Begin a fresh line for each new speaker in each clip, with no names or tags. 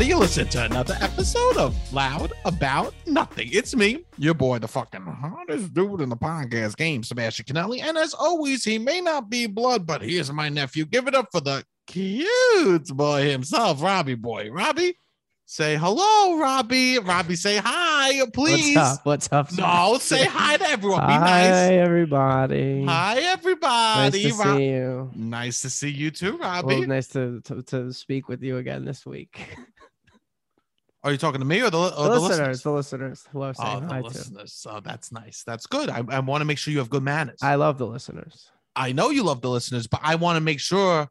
You listen to another episode of Loud About Nothing. It's me, your boy, the fucking hottest dude in the podcast game, Sebastian Canelli. And as always, he may not be blood, but he is my nephew. Give it up for the cute boy himself, Robbie boy. Robbie, say hello, Robbie. Robbie, say hi, please.
What's up? What's up?
No, say hi to everyone. Be
Hi,
nice.
everybody.
Hi,
Nice
everybody.
to
Rob-
see you.
nice to see you too, Robbie.
Well, nice to, to to speak with you again this week.
Are you talking to me or Oh, the, or
The, listeners, the listeners, who I've
Oh,
saying
the
hi to.
listeners. Oh, that's nice. That's good. I, I want to make sure you have good manners. I,
I love the listeners.
know you love the listeners, but I want to make sure.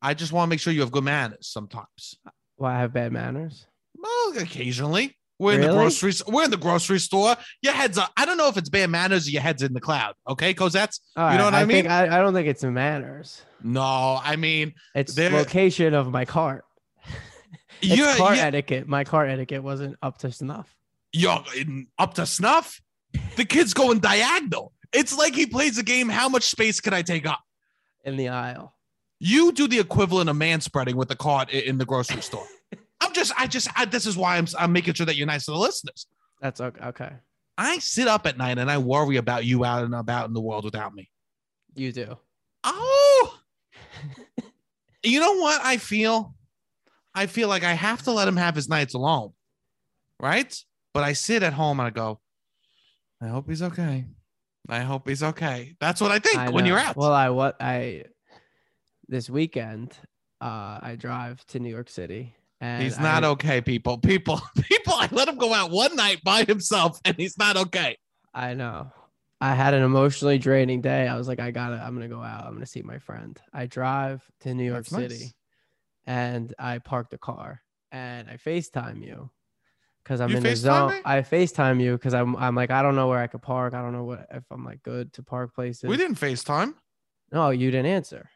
I just want to make sure you have good manners sometimes.
Well, I have bad manners.
Well, occasionally. We're in the
Really?
grocery. s- We're in the grocery store. Your heads are. I don't know if it's bad manners or your heads in the cloud. Okay, Cosette's.
All
You know
right,
what I
think-
mean?
I, I don't think it's manners.
No, I mean
It's
There-
location of my cart. It's
you're,
car
you're,
etiquette. My car etiquette wasn't up to snuff.
you're in- up to snuff. The kid's going diagonal. It's like he plays the game. How much space can I take up?
In the aisle.
You do the equivalent of man spreading with the cart i- in the grocery store. I'm just, I just, I, this is why I'm, I'm making sure that you're nice to the listeners.
That's okay. okay.
I sit up at night and I worry about you out and about in the world without me.
You do.
Oh, you know what I feel? I feel like I have to let him have his nights alone, right? But I sit at home and I go, I hope he's okay. I hope he's okay. That's what I think
I
when
know.
you're out.
Well, I what I this weekend uh I drive to New York City and
He's not
I,
okay, people. People, people. I let him go out one night by himself, and he's not okay.
I know. I had an emotionally draining day. I was like I got to I'm going to go out. I'm going to see my friend. I drive to New York
That's nice.
City and I park the car and I FaceTime you cuz I'm
You
in
FaceTime
the zone.
me?
I FaceTime you cuz I'm I'm like I don't know where I could park. I don't know what if I'm like good to park places.
We didn't FaceTime.
no, you didn't answer.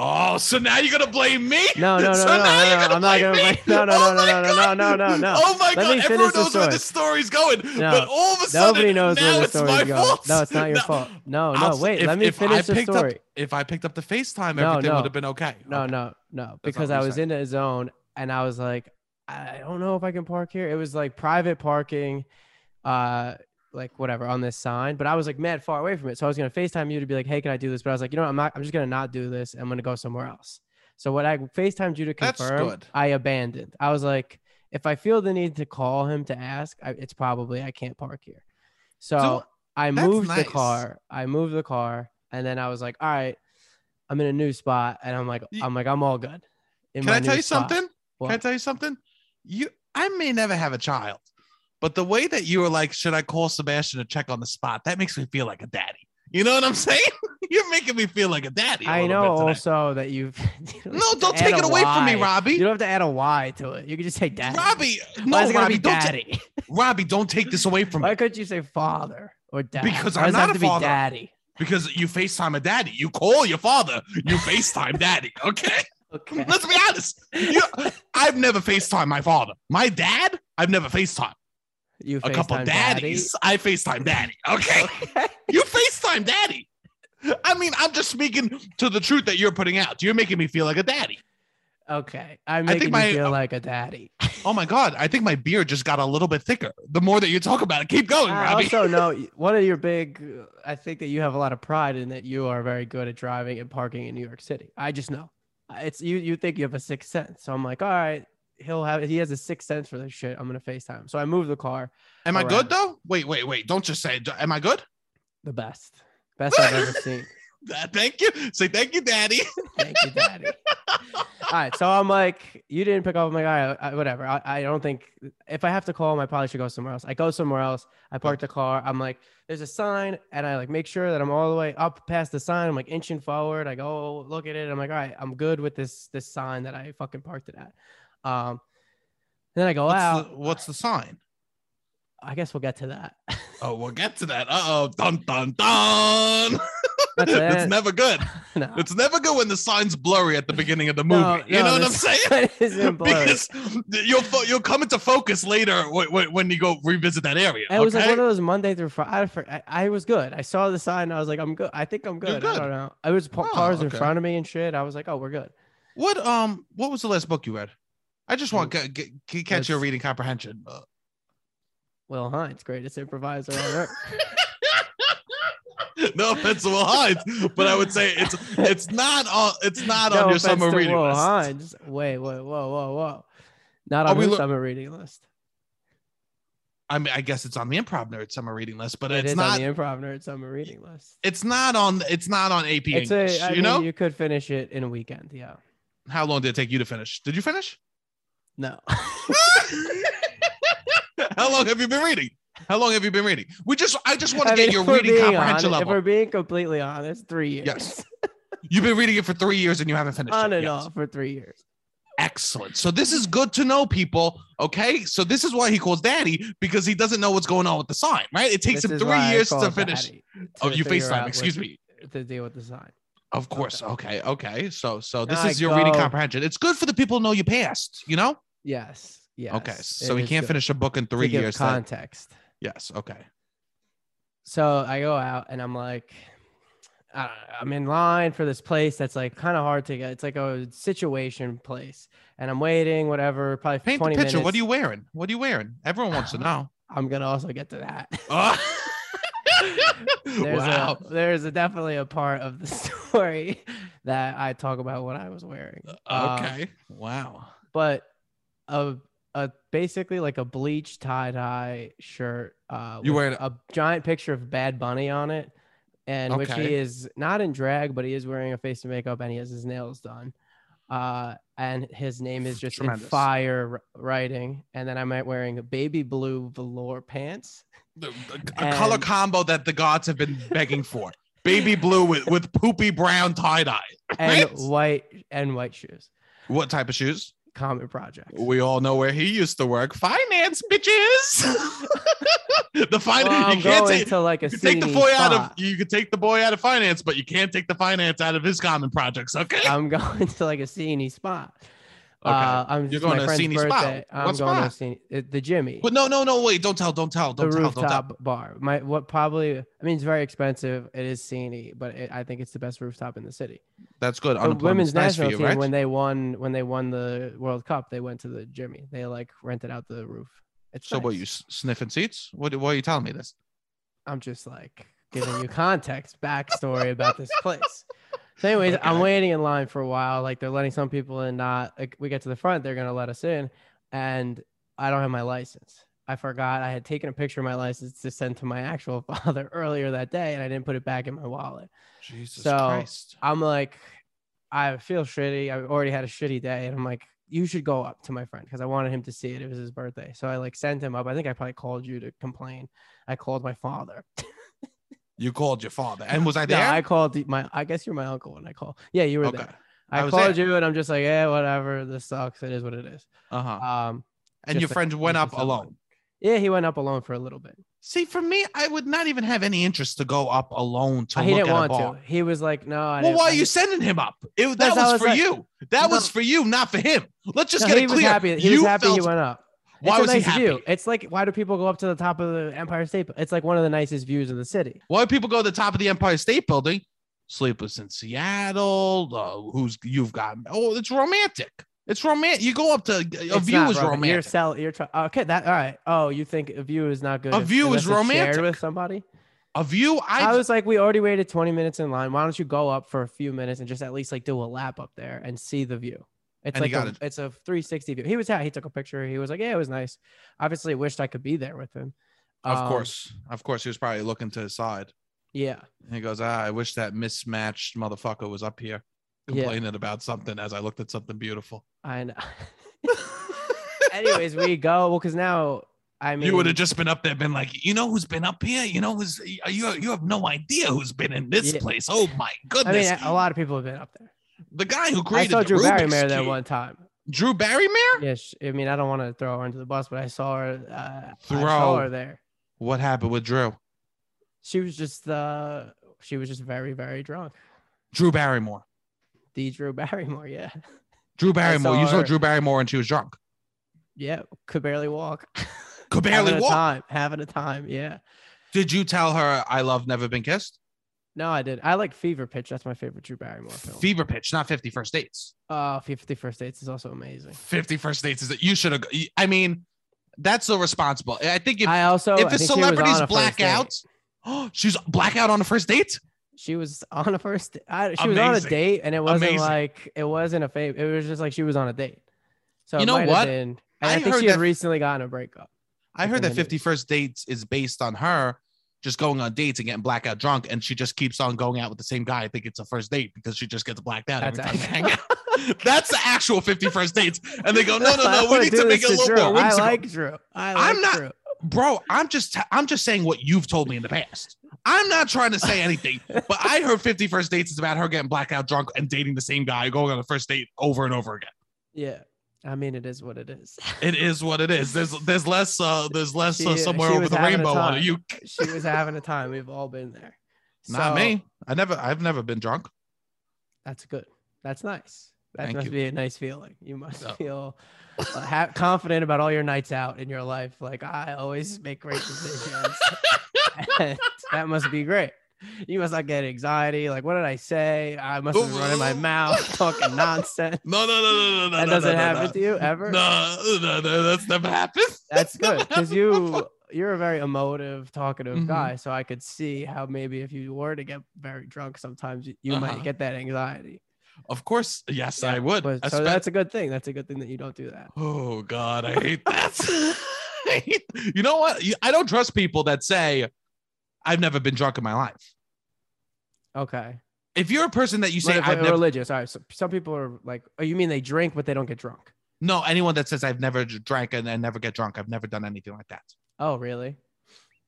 Oh, so now you're gonna blame me?
No, no, no,
so
no,
now
no,
you're
no,
gonna
I'm not
blame
gonna
me?
blame- no, no, no, no,
Oh my
no, no,
God.
no, no, no.
Oh my
Let
god!
me
Everyone
finish the
knows where
story.
this story's going,
No,
but all of a sudden,
Nobody knows
now
where the
it's
story
my
is going.
fault.
No, it's not your
No,
fault. Oh, No, no,
I'll-
wait.
if-
let me
if I
finish the
picked up-
story.
If I picked up the FaceTime,
No,
everything
no.
would have been okay.
no,
Okay.
no, no, because
what
I
you
was
said.
in a zone and I was like, I don't know if I can park here. It was like private parking, uh, like whatever on this sign, but I was like mad far away from it. So I was gonna FaceTime you to be like, hey, can I do this? But I was like, you know, what? I'm not. I'm just gonna not do this. I'm gonna go somewhere else. So what I FaceTimed you to
That's
confirm,
good.
I abandoned. I was like, if I feel the need to call him to ask, I, it's probably I can't park here. So,
So,
I
that's
moved
nice.
the car. I moved the car, and then I was like, all right, I'm in a new spot, and I'm like,
Ye-
I'm like, I'm all good. in
Can
my
I tell
new
you
spot.
something? Can I
What?
tell you something? You, I may never have a child, but the way that you were like, should I call Sebastian to check on the spot? That makes me feel like a daddy. You know what I'm saying? You're making me feel like a daddy. a
I
little
know
bit today.
also that you've. you
No,
have to
don't
add
take
a
it away from me,
Y.
Robbie.
You don't have to add a Y to it. You can just say daddy.
Robbie,
Why is
no,
it gonna
Robbie,
be
don't, ta-
daddy?
Robbie, don't take this away from
Why
me
couldn't you say father or dad?
Because
Why
I'm
does it
not
have
a
to be
father.
daddy.
because you FaceTime a daddy. You call your father. You FaceTime daddy. Okay,
Okay.
let's be honest. You, I've never FaceTime my father. My dad, I've never FaceTime.
You
a couple
FaceTime
daddies. I FaceTime daddy. Okay.
daddy. Okay.
You FaceTime daddy. I mean, I'm just speaking to the truth that you're putting out. You're making me feel like a daddy.
Okay. I'm
I
making
think my-
you feel like a daddy.
Oh my God. I think my beard just got a little bit thicker. The more that you talk about it, keep going,
I
Oh, Robbie.
Uh, also know y- one of your big. uh, I think that you have a lot of pride in that you are very good at driving and parking in New York City. I just know Uh, it's you. You think you have a sixth sense, so I'm like, all right, he'll have. He has a sixth sense for this shit. I'm gonna Facetime. So I moved the car.
am I
all
good
right.
though? Wait, wait, wait. Don't just say, d- am I good?
The best, best I've ever seen.
Uh, thank you. Say thank you, daddy.
Thank you, daddy. all right, so I'm like, you didn't pick up. I'm like, all right, I, whatever. I, I don't think if I have to call him, I probably should go somewhere else. I go somewhere else. I park the car. I'm like, there's a sign, and I like make sure that I'm all the way up past the sign. I'm like inching forward. I go look at it. I'm like, all right, I'm good with this this sign that I fucking parked it at. Um, then I go out.
What's, the, what's the sign?
I guess we'll get to that.
Oh, we'll get to that. Uh oh. Dun, dun, dun.
That's
That's
it.
never good.
No.
It's never good when the sign's blurry at the beginning of the movie.
No,
you
no,
know what I'm
this-
saying?
it isn't blurry.
because you'll fo- you'll come into focus later when, when, when you go revisit that area.
It was like
okay?
one of those Monday through Friday. I, I was good. I saw the sign. I was like, I'm good. I think I'm good.
good.
I don't know. I was pa-
Oh,
cars in
okay.
front of me and shit. I was like, oh, we're good.
what um what was the last book you read? I just want to get, get, catch your
That's-
reading comprehension. Uh,
Will Hines, greatest improviser on earth.
no offense to Will Hines, but I would say it's it's not on it's not
No
on your
offense
summer
to
reading
Will
list.
Hines. Wait, wait, whoa, whoa, whoa. Not
Are
on
we
the
lo-
summer reading list.
I mean, I guess it's on the improv nerd summer reading list, but
It
it's
is on
not.
the improv nerd summer reading list.
it's not on. It's not on AP
It's
English.
a, I
you
mean,
know
you could finish it in a weekend. Yeah.
how long did it take you to finish? Did you finish?
No.
how long have you been reading? How long have you been reading? We just. I just want to
I
get
mean,
your
if we're
reading
being
comprehension
honest- If we're
level.
being completely honest, three years.
Yes. You've been reading it for three years and you haven't finished.
on
it.
and
Yes.
off for three years.
Excellent. So this is good to know, people. Okay. So this is why he calls daddy because he doesn't know what's going on with the sign, right? It takes
This
him
is
three
why I
years to
called
finish.
Daddy
Oh,
to
you
figure out
FaceTime.
what
Excuse me.
To deal with the sign.
Of course. Okay. Okay. So so this
I
is your reading
go.
comprehension. It's good for the people to know you passed. You know.
Yes. Yes.
okay.
it
So he
is
can't
good.
finish a book in three
to give
years. That-
Context.
yes. Okay.
so I go out and I'm like, I don't know, I'm in line for this place that's like kind of hard to get. It's like a situation place, and I'm waiting, whatever. Probably
Paint the
20
picture.
minutes.
What are you wearing? What are you wearing? Everyone wants to know.
I'm gonna also get to that.
Oh.
there's
wow.
a there's a, definitely a part of the story that I talk about what I was wearing. Um,
okay. Uh, Wow.
but a a basically like a bleach tie dye shirt. Uh,
You
with
wearing a-
a giant picture of Bad Bunny on it, and which
Okay.
he is not in drag, but he is wearing a face and makeup, and he has his nails done. Uh, and his name is just in
Tremendous.
fire r- writing. And then I'm at wearing baby blue velour pants.
a, a color
And-
combo that the gods have been begging for. Baby blue with, with poopy brown tie dye.
and
Right?
white and white shoes.
What type of shoes?
Common project.
We all know where he used to work. Finance, bitches. the finance.
Well, I'm
you can't
going
take,
to like a
you take the
scenic
boy out of
spot.
you could take the boy out of finance, but you can't take the finance out of his common projects. Okay.
I'm going to like a scenic spot.
Okay.
Uh, I'm
You're
it's
going
my
to a
friend's
scenic
birthday.
spot.
I'm
What
going to a
spot?
scenic, it- the Jimmy,
but no, no, no. Wait. Don't tell. Don't tell.
the
Don't tell. Don't tell.
rooftop bar. My what probably I mean it's very expensive. It is scenic, but it, I think it's the best rooftop in the city.
That's good.
The women's
Unemployment's nice for
national
you,
team
right?
when they won when they won the World Cup, they went to the Jimmy. They like rented out the roof. It's
so what?
nice.
You s- sniffing seats? What? Why are you telling me this?
I'm just like giving you context, backstory about this place. So, anyways, I'm
Okay.
waiting in line for a while. Like they're letting some people in, not like we get to the front, they're gonna let us in. And I don't have my license. I forgot I had taken a picture of my license to send to my actual father earlier that day, and I didn't put it back in my wallet.
Jesus
So-
Christ.
I'm like, I feel shitty. I already had a shitty day, and I'm like, you should go up to my friend because I wanted him to see it. It was his birthday, so I like sent him up. I think I probably called you to complain. I called my father.
You called your father, and was I
No,
there?
I called the- my. I guess you're my uncle when I call. Yeah, you were
okay.
there. I,
I was
called you, and I'm just like, yeah, whatever. This sucks. It is what it is.
Uh huh.
Um,
and your
just like
friend went
with
up
the someone.
alone.
yeah, he went up alone for a little bit.
See, for me, I would not even have any interest to go up alone to
Uh, he
look
didn't
at
want
a bar.
to. He was like, no. I
Well,
didn't-
why
I
are you
didn't-
sending him up? It, that
That's how
was
I
for
was like-
you. That
No.
was for you, not for him. Let's just
No,
get
he
it
was
clear.
happy. He
you
was happy
felt
he went up.
Why
it's
was
a
he
nice
happy?
View. It's like why do people go up to the top of the Empire State? Bu- It's like one of the nicest views in the city.
why people go to the top of the Empire State Building? Sleepless in Seattle. Uh, who's you've got? Oh, it's romantic. It's romantic. You go up to a
It's
view
not
is
rom- You're
romantic.
sell. You're try- okay. That all right. Oh, you think a view is not good?
A
if-
view
unless
is
it's shared
romantic.
with somebody.
A view. I,
I was like, we already waited 20 minutes in line. Why don't you go up for a few minutes and just at least like do a lap up there and see the view? It's
And he
like a,
got
it's a 360 view. He was out. He took a picture. He was like, yeah, it was nice. Obviously, wished I could be there with him.
of
Um,
course, of course, he was probably looking to his side.
Yeah.
He goes, ah, I wish that mismatched motherfucker was up here
Yeah.
complaining about something as I looked at something beautiful.
I know. Anyways, we go well because now I mean
you would have just been up there, been like, you know who's been up here? You know who's you? You have no idea who's been in this
Yeah.
place. Oh
I
my
mean
goodness!
a lot of people have been up there.
the guy who
I
created
saw
the
Drew
Rubik's
Barrymore there
Cube-
one time.
Drew Barrymore.
Yeah, sh I mean I don't want to throw her under the bus, but I saw her. Uh, I
Throw.
saw her there.
What happened with Drew?
She was just uh, she was just very very drunk.
Drew Barrymore.
the Drew Barrymore. Yeah.
Drew Barrymore. you
saw
saw
her-
Drew Barrymore and she was drunk.
Yeah. Could barely walk.
Could barely
having
walk.
A time, having a time. Yeah.
Did you tell her I love Never Been Kissed?
No, I did. I like Fever Pitch. That's my favorite Drew Barrymore film.
Fever Pitch, not 50 First Dates.
Oh, 50 First Dates is also amazing.
50 First Dates is that you should have. I mean, that's so responsible. I think if,
I also I
if a
think she was on
celebrity's
a first
blackout,
date.
oh, she's blackout on the first date.
she was on a first. I, she was on a
Amazing.
date, and it wasn't
Amazing.
like it wasn't a fave. It was just like she was on a date. So
You
it
know
might have
what?
Been, and I,
I
think
heard
she had
that-
recently gotten a breakup.
I
I
heard
think
that
it is.
50 First Dates is based on her just going on dates and getting blackout drunk, and she just keeps on going out with the same guy. I think it's a first date because she just gets blacked out every
That's
time they hang
actually-
out. That's the actual 50 First Dates, and they go, no, no,
I
no, we
wanna
need
do
to make
this
it a little
Drew.
more
I
whimsical.
like Drew. I like
I'm not-
Drew.
bro i'm just i'm just saying what you've told me in the past i'm not trying to say anything but i heard 50 first dates is about her getting blackout drunk and dating the same guy going on a first date over and over again
Yeah. I mean, it is what it is.
it is what it is there's there's less uh there's less uh,
She-
somewhere
she
over
was
the
having a
rainbow on it
time.
you
she was having a time. We've all been there.
not
So,
me i never i've never been drunk
That's good. That's nice. That
Thank
must
you.
be a nice feeling. You must
No.
feel uh, ha- confident about all your nights out in your life. Like I always make great decisions. And that must be great. You must not get anxiety. Like, what did I say? I must have been running my mouth, talking nonsense.
no no no no no no
That
no,
doesn't
no, no,
happen to you ever.
no. no no no that's never happened
That's good
never
because
happened
you you're a very emotive, talkative
Mhm.
guy. So I could see how maybe if you were to get very drunk, sometimes you, you
Uh-huh.
might get that anxiety.
of course yes
Yeah,
i would
But, so
Espe-
that's a good thing. That's a good thing that you don't do that.
Oh God, I hate that. I hate- you know what? You- I don't trust people that say, "I've never been drunk in my life."
Okay.
If you're a person that you
But
say,
if we're
"I've never,"
religious, all right. So some people are like, oh, you mean they drink but they don't get drunk?
no, anyone that says, "I've never dr- drank and I never get drunk," I've never done anything like that.
Oh, really?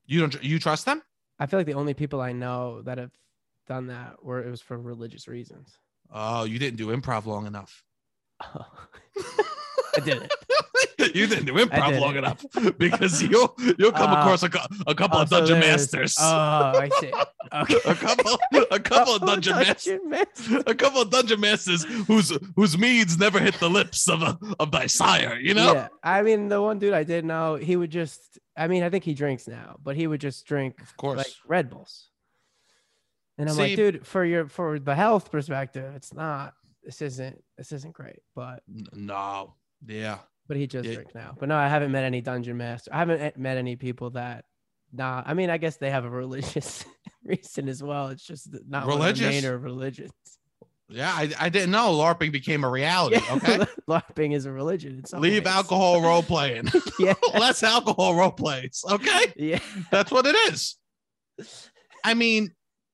You don't. tr- You trust them?
I feel like the only people I know that have done that were it was for religious reasons.
Oh, you didn't do improv long enough.
I did it.
you didn't do
I
improv
did
long
it.
enough because you'll you'll come
Oh.
across a, cou- a couple
Oh,
of
so
dungeon
there's-
masters.
Oh, I see. Okay.
a couple, a couple of
Oh,
dungeon masters.
masters.
a couple of dungeon masters whose whose meads never hit the lips of a, of thy sire, you know?
Yeah. I mean, the one dude I did know, he would just, I mean, I think he drinks now, but he would just drink
Of course.
like Red Bulls. And I'm
See-
like, dude, for your, for the health perspective, it's not, this isn't, this isn't great, but,
N- no. Yeah.
but he just
Yeah.
drinks now. But no, I haven't met any dungeon master. I haven't eh, met any people that, nah, I mean, I guess they have a religious reason as well. It's just th- not religious.
Religious?
One of the main or religion.
Yeah, I, I didn't know LARPing became a reality. Oh, Okay.
LARPing is a religion. in some
Leave
ways.
alcohol role playing.
Yeah.
Less alcohol role plays. Okay.
Yeah.
That's what it is. I mean,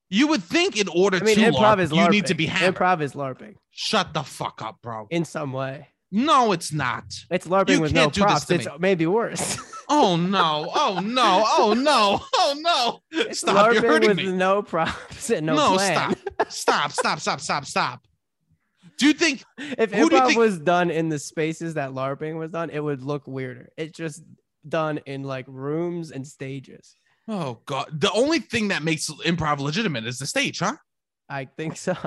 you would think in order
I mean,
to
improv
LARP,
is LARPing.
you need to be hammered.
Improv is LARPing.
Shut the fuck up, bro.
in some way.
No, it's not.
It's LARPing
You
with
can't
no
do
props.
this to
It's
me.
maybe worse.
Oh no. Oh no. Oh no. Oh no.
It's
Stop. You're
LARPing
hurting
with
me.
no props and no, plan.
stop, stop, stop, stop, stop, stop. Do you think?
If
Who do you
improv
think-
was done in the spaces that LARPing was done, it would look weirder. It's just done in like rooms and stages.
Oh God, the only thing that makes improv legitimate is the stage, huh?
I think so.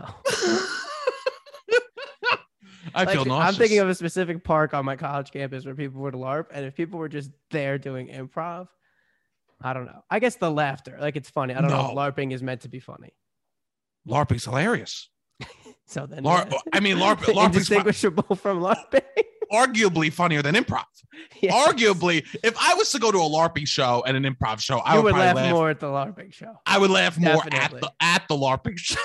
I feel
Like,
nauseous.
I'm thinking of a specific park on my college campus where people would LARP, and if people were just there doing improv, I don't know. I guess the laughter, like it's funny. I don't know if
No.
LARPing is meant to be funny.
LARPing's hilarious.
So then,
Lar-
yeah.
I mean, LARP- LARPing's fu-
indistinguishable from LARPing.
arguably funnier than improv.
Yes.
Arguably, if I was to go to a LARPing show and an improv show, I
you would
would, probably
laugh,
laugh,
more at the LARPing show.
I would laugh more at
Definitely.
the at the LARPing show.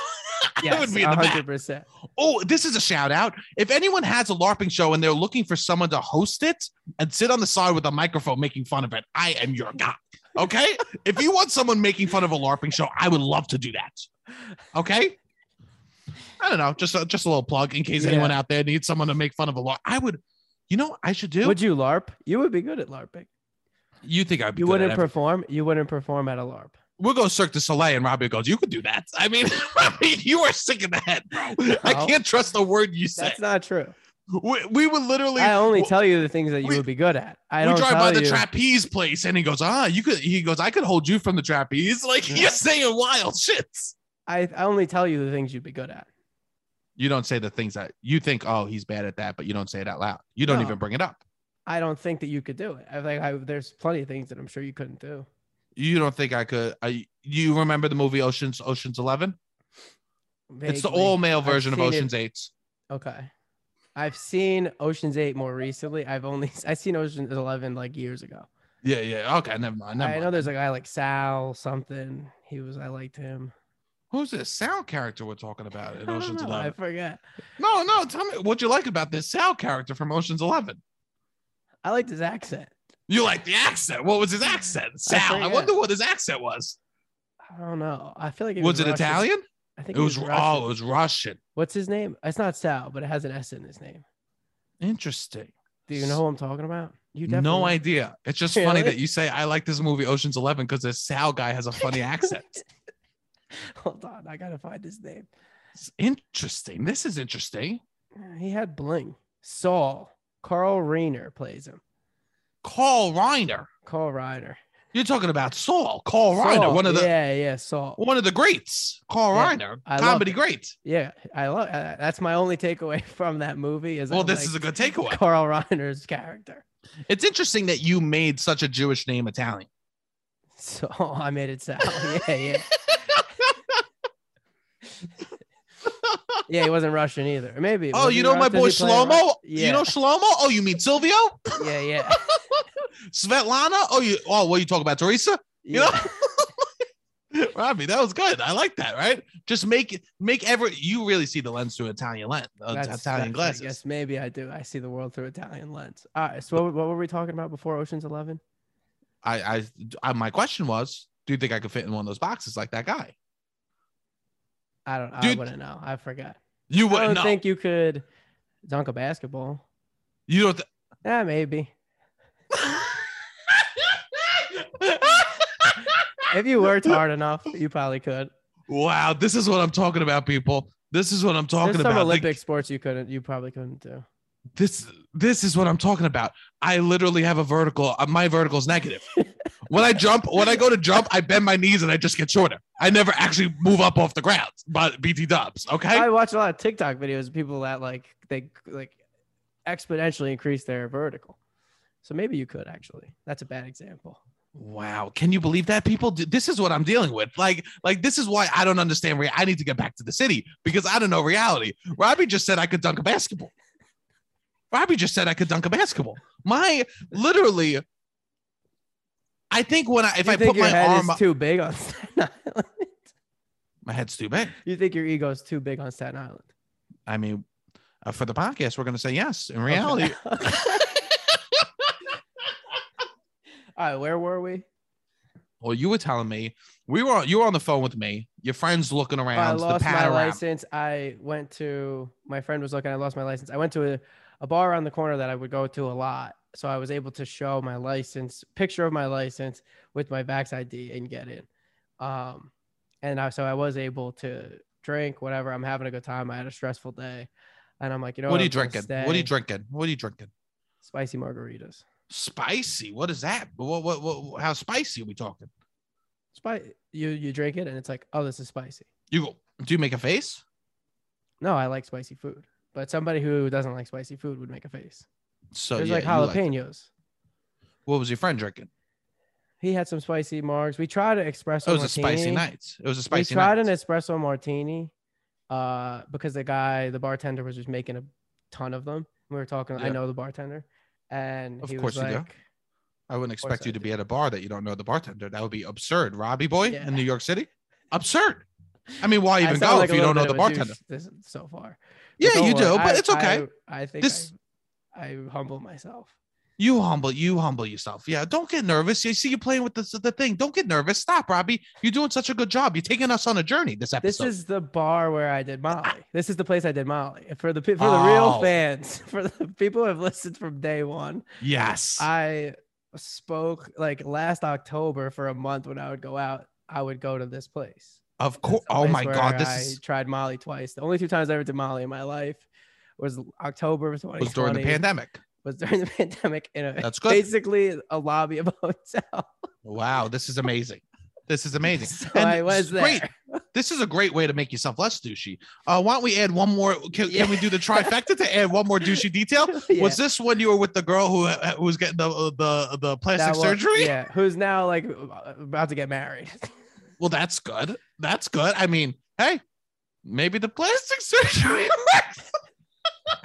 I would be in the back.
100%.
Oh, this is a shout out. If anyone has a LARPing show and they're looking for someone to host it and sit on the side with a microphone making fun of it, I am your guy. Okay. if you want someone making fun of a LARPing show, I would love to do that. Okay. I don't know. Just a, just a little plug in case
Yeah.
anyone out there needs someone to make fun of a LARP. I would, you know, what I should do.
Would you LARP? You would be good at LARPing.
you think I'd be
You
good at
wouldn't
everything.
perform. You wouldn't perform at a LARP.
we'll go Cirque du Soleil, and Robbie goes, "You could do that." I mean, Robbie, you are sick in the head, bro. I
No.
can't trust a word you say.
That's not true.
we, we would literally.
I only
w-
tell you the things that you
we-
would be good at. I
we
don't
drive
tell
by the
you.
trapeze place and he goes, ah, you could, he goes, I could hold you from the trapeze. Like
Yeah.
you're saying wild shits.
I, I only tell you the things you'd be good at.
You don't say the things that you think, oh, he's bad at that, but you don't say it out loud. You don't
No.
even bring it up.
I don't think that you could do it. I think I, there's plenty of things that I'm sure you couldn't do.
You don't think I could? I you remember the movie Ocean's Ocean's Eleven? It's the
Vaguely.
all male
I've
version of
seen it.
Ocean's Eight.
Okay. I've seen Ocean's Eight more recently. I've only I seen Ocean's Eleven like years ago.
Yeah, yeah. Okay, never mind. Never
I know
mind.
there's a guy like Sal something. He was I liked him.
Who's this sound character we're talking about in
I don't
Ocean's
know, I
Eleven?
forget.
No, no. Tell me what you like about this Sal character from Ocean's Eleven.
I liked his accent.
You like the accent? What was his accent? Sal. I,
forget.
wonder what his accent was.
I don't know. I feel like it
Was it
Russian.
Italian?
I think
It was.
Russian.
Oh, it was Russian.
What's his name? It's not Sal, but it has an S in his name.
Interesting.
Do you know who I'm talking about? You
No idea. It's just funny
Really?
that you say I like this movie Ocean's Eleven because this Sal guy has a funny accent.
Hold on, I gotta find his name.
It's interesting. This is interesting.
He had bling. Saul. Carl Reiner plays him.
Carl Reiner.
Carl Reiner.
You're talking about Saul. Carl Reiner,
Saul.
one of the
yeah, yeah, Saul.
one of the greats. Carl
Yeah,
Reiner,
I love
comedy great.
Yeah, I love. Uh, that's my only takeaway from that movie. Is I
Well, this is a
liked
good takeaway.
Carl Reiner's character.
It's interesting that you made such a Jewish name Italian.
So oh, I made it sound. Yeah, yeah. yeah, he wasn't Russian either. Maybe.
Oh,
was
you
he
know my
Russian?
boy
Did he play a Ru-
Shlomo.
Yeah,
You know Shlomo. Oh, you mean Silvio?
yeah, yeah.
Svetlana. Oh, you. Oh, what you talking about, Teresa? You know?
yeah.
Robbie, that was good. I like that. Right? Just make make every. You really see the lens through Italian lens, uh,
That's-
Italian
that's-
glasses.
I guess maybe I do. I see the world through Italian lens. All right. So what, what were we talking about before Ocean's Eleven?
I, I, I, my question was, do you think I could fit in one of those boxes like that guy?
I don't. I
Dude.
wouldn't know. I forgot. I
You
don't
wouldn't know.
think you could dunk a basketball.
you don't. Th-
Yeah, maybe. If you worked hard enough, you probably could.
wow, this is what I'm talking about, people. This is what I'm talking
There's some
about. Like,
Olympic sports you couldn't, you probably couldn't do.
this, this is what I'm talking about. I literally have a vertical. uh, My vertical is negative. when I jump, when I go to jump, I bend my knees and I just get shorter. I never actually move up off the ground. But BT Dubs, okay.
I watch a lot of TikTok videos of people that like they like exponentially increase their vertical. So maybe you could actually. That's a bad example.
Wow, can you believe that people? D- This is what I'm dealing with. Like, like this is why I don't understand. Rea- I need to get back to the city because I don't know reality. Robbie just said I could dunk a basketball. Robbie just said I could dunk a basketball. My literally, I think when I if
you
I
think
put
your
my
head
arm,
is
up,
too big on Staten Island,
my head's too big.
you think your ego's too big on Staten Island.
I mean, uh, for the podcast, we're gonna say yes. In reality,
Okay. All right, where were we?
well, you were telling me we were you were on the phone with me. Your friends looking around.
I lost
the
my
pat around.
license. I went to my friend was looking. I lost my license. I went to a, a bar around the corner that I would go to a lot, so I was able to show my license, picture of my license with my Vax ID, and get in. Um, and I, so I was able to drink whatever. I'm having a good time. I had a stressful day, and I'm like, you know,
What are you
I'm gonna
drinking? What are you
stay.
drinking? What are you drinking?
Spicy margaritas.
spicy. What is that? What, what, what, how spicy are we talking?
Spice. You you drink it, and it's like, oh, this is spicy.
You go, do you make a face?
No, I like spicy food, but somebody who doesn't like spicy food would make a face.
So
There's
Oh, yeah,
like
you
jalapenos.
what was your friend drinking?
He had some spicy margs. We tried an espresso.
It was
martini.
a spicy night. It was a spicy
we tried
night.
an espresso martini, uh, because the guy, the bartender, was just making a ton of them. We were talking. I
Yeah.
know the bartender, and
Of
he
course
was
you do.
like,
I wouldn't
course
expect you
I
to
did.
be at a bar that you don't know the bartender. That would be absurd. Robbie boy
Yeah.
in New York City? Absurd. I mean, why
I
even
sound
go
like
if
a
Oh, you
little
don't know
bit
the
of a douche
bartender?
This, so far, But
Yeah,
don't
you do,
worry.
but
I-
it's okay.
I, I think
This-
I, I humble myself.
You humble, you humble yourself. Yeah, don't get nervous. You see, you're playing with the, the thing. Don't get nervous. Stop, Robbie. You're doing such a good job. You're taking us on a journey this episode.
This is the bar where I did Molly. This is the place I did Molly. For the pe- for the real
Oh.
fans, for the people who have listened from day one,
yes.
I spoke like last October for a month when I would go out. I would go to this place.
of course.
It's a
Oh
place
my
where
God. This
I
is,
tried Molly twice. The only two times I ever did Molly in my life was October of 2020.
was during the pandemic.
Was during the pandemic in a
That's good.
basically a lobby of a hotel.
Wow, this is amazing. This is amazing.
So
And
I was
it's great.
there.
This is a great way to make yourself less douchey. Uh, why don't we add one more? Can, can we do the trifecta to add one more douchey detail?
Yeah.
Was this when you were with the girl who, uh, who was getting the the the plastic
That one-
surgery?
Yeah, who's now like about to get married.
Well, that's good. That's good. I mean, hey, maybe the plastic surgery. works.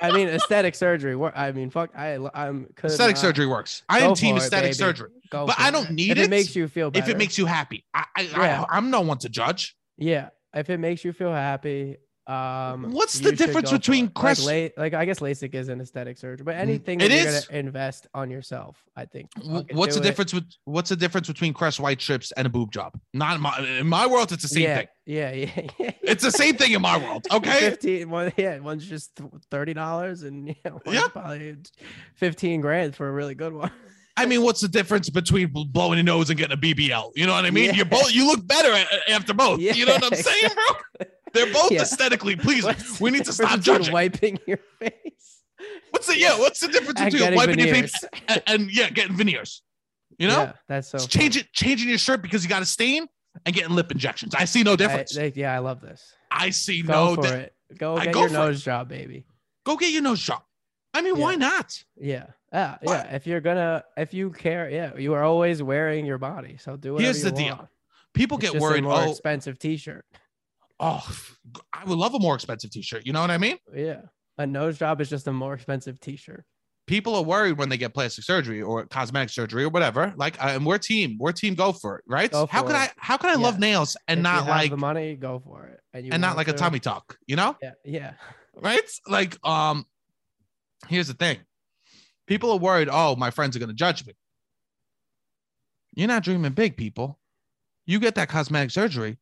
I mean, aesthetic surgery. wha- I mean, fuck. I I'm could
aesthetic
not
surgery works. I am
Go
team
for it,
aesthetic
baby.
surgery.
go
but
for
I don't need
if
it
it makes you feel better.
If it makes you happy, I, I,
Yeah.
I I'm no one to judge.
yeah, if it makes you feel happy. Um,
What's the
you should
difference
go for
between
it.
crest- Mm-hmm.
like, la- like I guess LASIK is an aesthetic surgery, but anything
it
that you're
is.
gonna invest on yourself, I think.
W-
fucking
What's the
do it.
difference with what's the difference between Crest White chips and a boob job? Not in my in my world, it's the same
yeah,
thing.
Yeah, yeah, yeah.
It's the same thing in my world. Okay.
15 one yeah one's just th- $30 and yeah, one's
Yeah.
probably 15 grand for a really good one
I mean, what's the difference between bl- blowing your nose and getting a BBL? You know what I mean?
Yeah.
You're both you look better a- after both. you know what I'm
Yeah,
saying, bro? They're both
Yeah.
aesthetically pleasing.
What's
We
the
need to stop
difference between
judging.
wiping your face
What's the yeah? What's the difference
and
between
getting
wiping your
veneers.
face and, and, yeah, getting veneers? You know,
Yeah, that's so
It's
funny.
change it, changing your shirt because you got a stain and getting lip injections. I see no
I-
difference. I,
they- yeah i love this
see
go for
no. di-
it go
I
get
go
your
for it.
nose job baby
Go get your nose shot. I mean, why
Yeah.
not?
yeah yeah
What?
yeah if you're gonna if you care yeah you are always wearing your body so do it
Here's the deal. People
it's
get
just
worried.
a more
Oh,
expensive t-shirt
oh, I would love a more expensive T-shirt. You know what I mean?
yeah a nose job is just a more expensive t-shirt
People are worried when they get plastic surgery or cosmetic surgery or whatever. Like, uh, and we're team. We're team. Go for it, right?
Go
how
for
could
it.
I? How could I
Yeah.
love nails
If
and
you
not
have
like
the money go for it and, you
and not
want
like a
to,
tummy tuck? You know?
yeah yeah
right? Like, um, here's the thing: people are worried. Oh, my friends are gonna judge me. You're not dreaming big, people. You get that cosmetic surgery.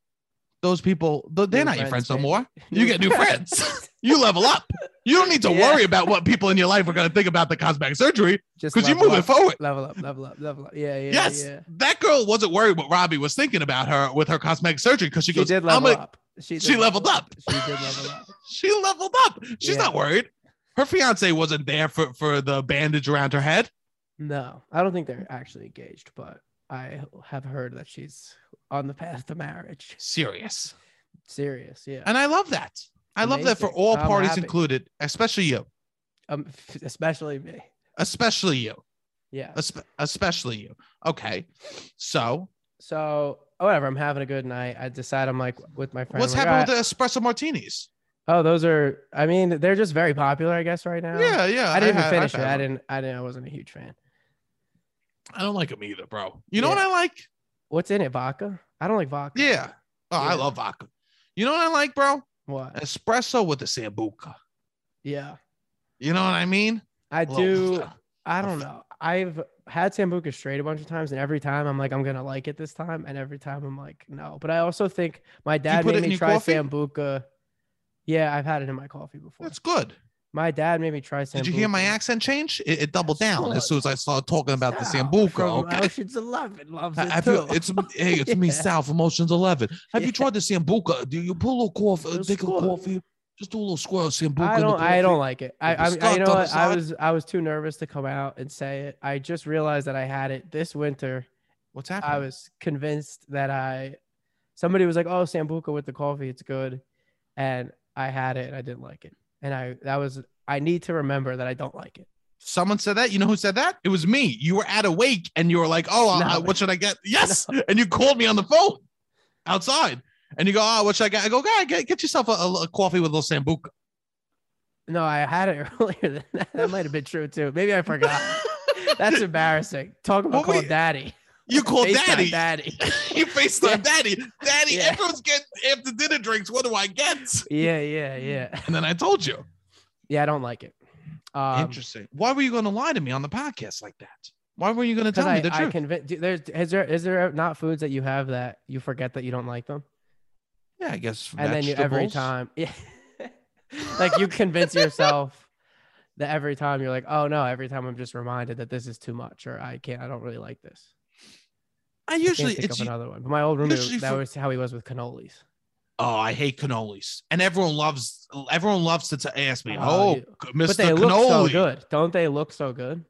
Those people, th- they're
New
not your
friends,
friends no
baby.
more. You get new friends. You level up. You don't need to
Yeah.
worry about what people in your life are gonna think about the cosmetic surgery
just
because you're
level
moving
up,
forward.
level up level up level up yeah yeah
yes,
yeah
that girl wasn't worried what Robbie was thinking about her with her cosmetic surgery because she,
she,
goes,
did
I'm
level
a,
up she, did
she leveled
level she did level up
she leveled up. She's
Yeah.
not worried. Her fiance wasn't there for, for the bandage around her head.
no i don't think they're actually engaged but i have heard that she's on the path to marriage
Serious.
serious yeah
And I love that. I love that for
Amazing.
all
I'm
parties
happy.
included, especially you.
um, especially me
Especially you.
yeah
Espe- especially you. Okay. So
so oh, whatever i'm having a good night i decide i'm like with my friend
what's
like,
happening with the espresso martinis?
"All right." oh those are i mean they're just very popular i guess right now
Yeah, yeah.
I didn't
ha-
even finish it.
had
I
one.
didn't. I didn't. I wasn't a huge fan.
I don't like them either, bro. You know
Yeah.
what I like?
What's in it? Vodka? I don't like vodka.
Yeah. Oh, I
Yeah.
love vodka. You know what I like, bro?
What?
Espresso with the sambuca.
Yeah.
You know what I mean?
I
Well,
do. I don't
f-
know. I've had sambuca straight a bunch of times, and every time I'm like, I'm gonna like it this time, and every time I'm like, no. But I also think my dad
put it
made
in
me
your
try
coffee?
sambuca. Yeah, I've had it in my coffee before.
That's good.
my dad made me try sambuca.
Did you hear my accent change? It, it doubled
Yes,
down
look.
as soon as I started talking about the
Sal
sambuca.
from
Okay.
Ocean's Eleven loves
I- I
it
feel-
too.
it's hey, it's me,
Yeah.
Sal from Ocean's Eleven. Have you
Yeah.
tried the sambuca? Do you put a little coffee,
Little
take a
squirt.
coffee, just do a little squirt of sambuca?
I
in the
don't. I
coffee?
don't like it. I,
It'll be
I'm, I,
stuck
you know
on the
what? I
side.
was. I was too nervous to come out and say it. I just realized that I had it this winter.
What's
I
happening?
was convinced that I. Somebody was like, "Oh, sambuca with the coffee, it's good," and I had it and I didn't like it. And I that was. I need to remember that I don't like it.
Someone said that. You know who said that? It was me. You were at a wake and you were like, "Oh,
No.
uh, what should I get?" Yes, and you called me on the phone outside, and you go, "Oh, what should I get?" I go, "Guy, get, get yourself a, a, a coffee with a little sambuca."
No, I had it earlier than that. That might have been true too. Maybe I forgot. That's embarrassing. Talk about
What were
call
you-
daddy.
you called
FaceTime
daddy.
Daddy.
you FaceTime
Yeah.
Daddy. Daddy,
Yeah.
everyone's getting after dinner drinks. What do I get?
Yeah, yeah, yeah.
And then I told you.
Yeah, I don't like it. Um,
Interesting. Why were you going to lie to me on the podcast like that? Why were you going to
Because
tell me
I,
the
I
truth?
convince. do- There's is there is there not foods that you have that you forget that you don't like them,
yeah, I guess.
and then you every
vegetables.
time, yeah, like you convince yourself that every time you're like, oh no, every time I'm just reminded that this is too much or I can't, I don't really like this. I
I
can't
usually
think
it's.
of another one. But my old roommate,
usually
that
for-
was how he was with cannolis.
Oh, I hate cannolis, and everyone loves. Everyone loves to t- ask me,
Oh,
"Oh,
you-
c-
But
Mr.
they look so
Cannoli."
good, don't they? Look so good.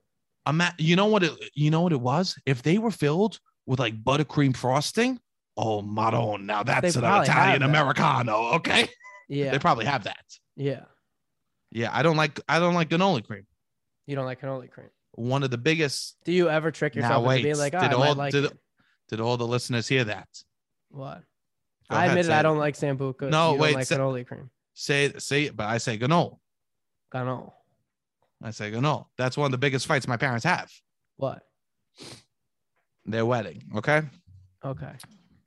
I'm at, you know what it. You know what it was. If they were filled with like buttercream frosting, Oh, Maron. Now that's an
probably have
Italian
that.
Americano. Okay.
Yeah.
They probably have that.
Yeah.
Yeah. I don't like I don't like cannoli cream.
You don't like cannoli cream.
One of the biggest
Do you ever trick
Now
yourself into
wait,
being like, oh,
did
I
all-
might like
did-
it.
did all the listeners hear that?
What?
Go
I
ahead,
admitted
say
I
it.
don't like sambuca.
No,
you don't
wait,
like
sa-
cannoli cream.
say say it, but I say cannoli.
Cannoli.
I say cannoli. That's one of the biggest fights my parents have.
What?
Their wedding. Okay.
Okay.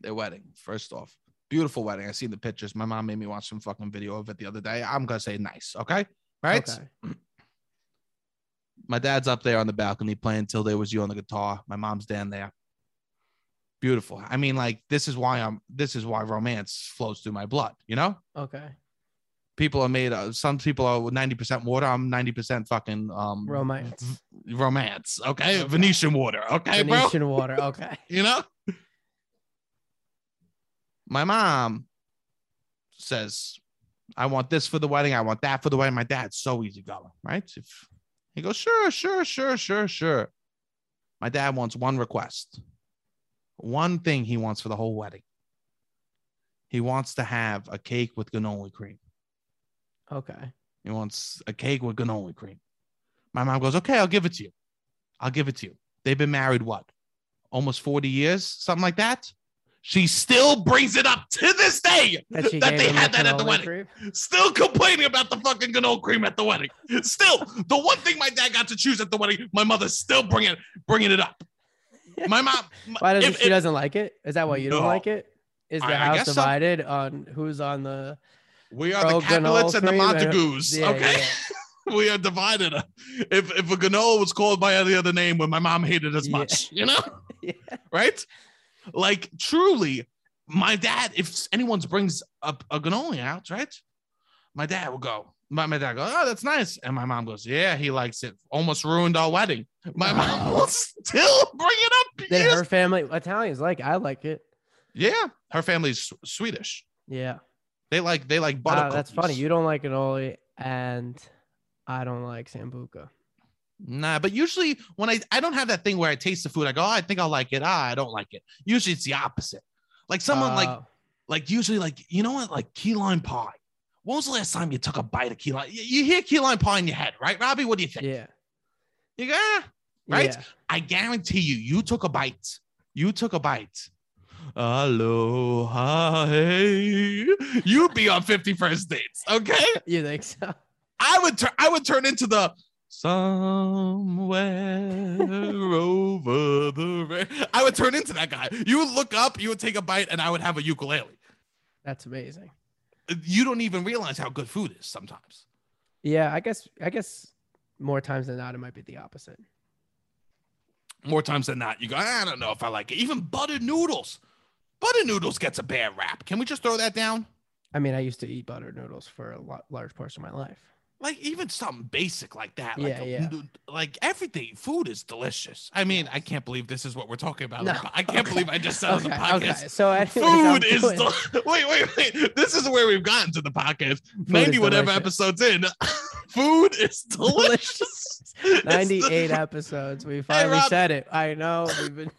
Their wedding. First off. Beautiful wedding. I seen the pictures. My mom made me watch some fucking video of it the other day. I'm gonna say nice. Okay. Right?
Okay.
my dad's up there on the balcony playing till there was you on the guitar my mom's down there beautiful i mean like this is why i'm this is why romance flows through my blood you know
Okay.
people are made of some people are 90% water i'm 90% fucking um
Romance.
romance okay?
Okay.
venetian water okay bro
Venetian water. Okay.
you know my mom says i want this for the wedding i want that for the wedding my dad's so easy going right if he goes sure sure sure sure sure my dad wants one request one thing he wants for the whole wedding he wants to have a cake with cannoli cream
Okay.
he wants a cake with cannoli cream. My mom goes, okay, I'll give it to you. I'll give it to you. They've been married, what, almost 40 years, something like that? She still brings it up to this day.
That, she
That
gave
they
him
had that at the
cannoli
wedding.
cream?
Still complaining about the fucking cannoli cream at the wedding. Still, the one thing my dad got to choose at the wedding, my mother's still bringing, bringing it up. My mom,
Why doesn't
if-
she
if-
doesn't like it? Is that why you don't
No.
like it? Is the
I- I
house
guess so.
divided on who's on the?
we are the
Bro, cannoli
Capulets and the
cream and-
Montagues.
Yeah,
okay.
yeah.
we are divided. If if a granola was called by any other name, when my mom hated as
Yeah.
much, you know,
Yeah.
right? Like truly, my dad. If anyone's brings up a granola out, right? My dad will go. My, my dad goes, oh, that's nice. And my mom goes, yeah, he likes it. Almost ruined our wedding. My mom will still bring it up.
Did
years-
her family Italians like? it? I like it.
yeah, her family's Sw- Swedish.
Yeah.
They like they like butter.
Wow, that's funny.
cookies.
You don't like cannoli, and I don't like sambuca.
Nah, but usually when I I don't have that thing where I taste the food, I go, oh, I think I'll like it. Ah, I don't like it. Usually it's the opposite. Like someone like
Uh,
like usually like you know what like key lime pie. When was the last time you took a bite of key lime? You, you hear key lime pie in your head, right, Robbie? What do you think?
yeah.
You go, "Ah." Right?
Yeah.
I guarantee you, you took a bite. You took a bite. Aloha, hey. You'd be on 51st dates, okay?
You think so?
I would turn I would turn into the somewhere over the ra-" I would turn into that guy. You would look up, you would take a bite, and I would have a ukulele.
That's amazing.
You don't even realize how good food is sometimes.
Yeah, I guess. I guess more times than not, it might be the opposite.
More times than not, you go, I don't know if I like it. Even buttered noodles. Butter noodles gets a bad rap. Can we just throw that down?
I mean, I used to eat butter noodles for a lot, large portion of my life.
Like even something basic like that. Like,
Yeah, yeah.
like everything. Food is delicious. I mean, I can't believe this is what we're talking about.
No,
I can't
okay,
believe I just said on the podcast.
So anyways, I'm
food is
doing-
del- wait wait wait this is where we've gotten to the podcast 90 whatever
delicious.
episodes in food is delicious It's the-
98 episodes. We finally
Rob-
said it. I know. We've been.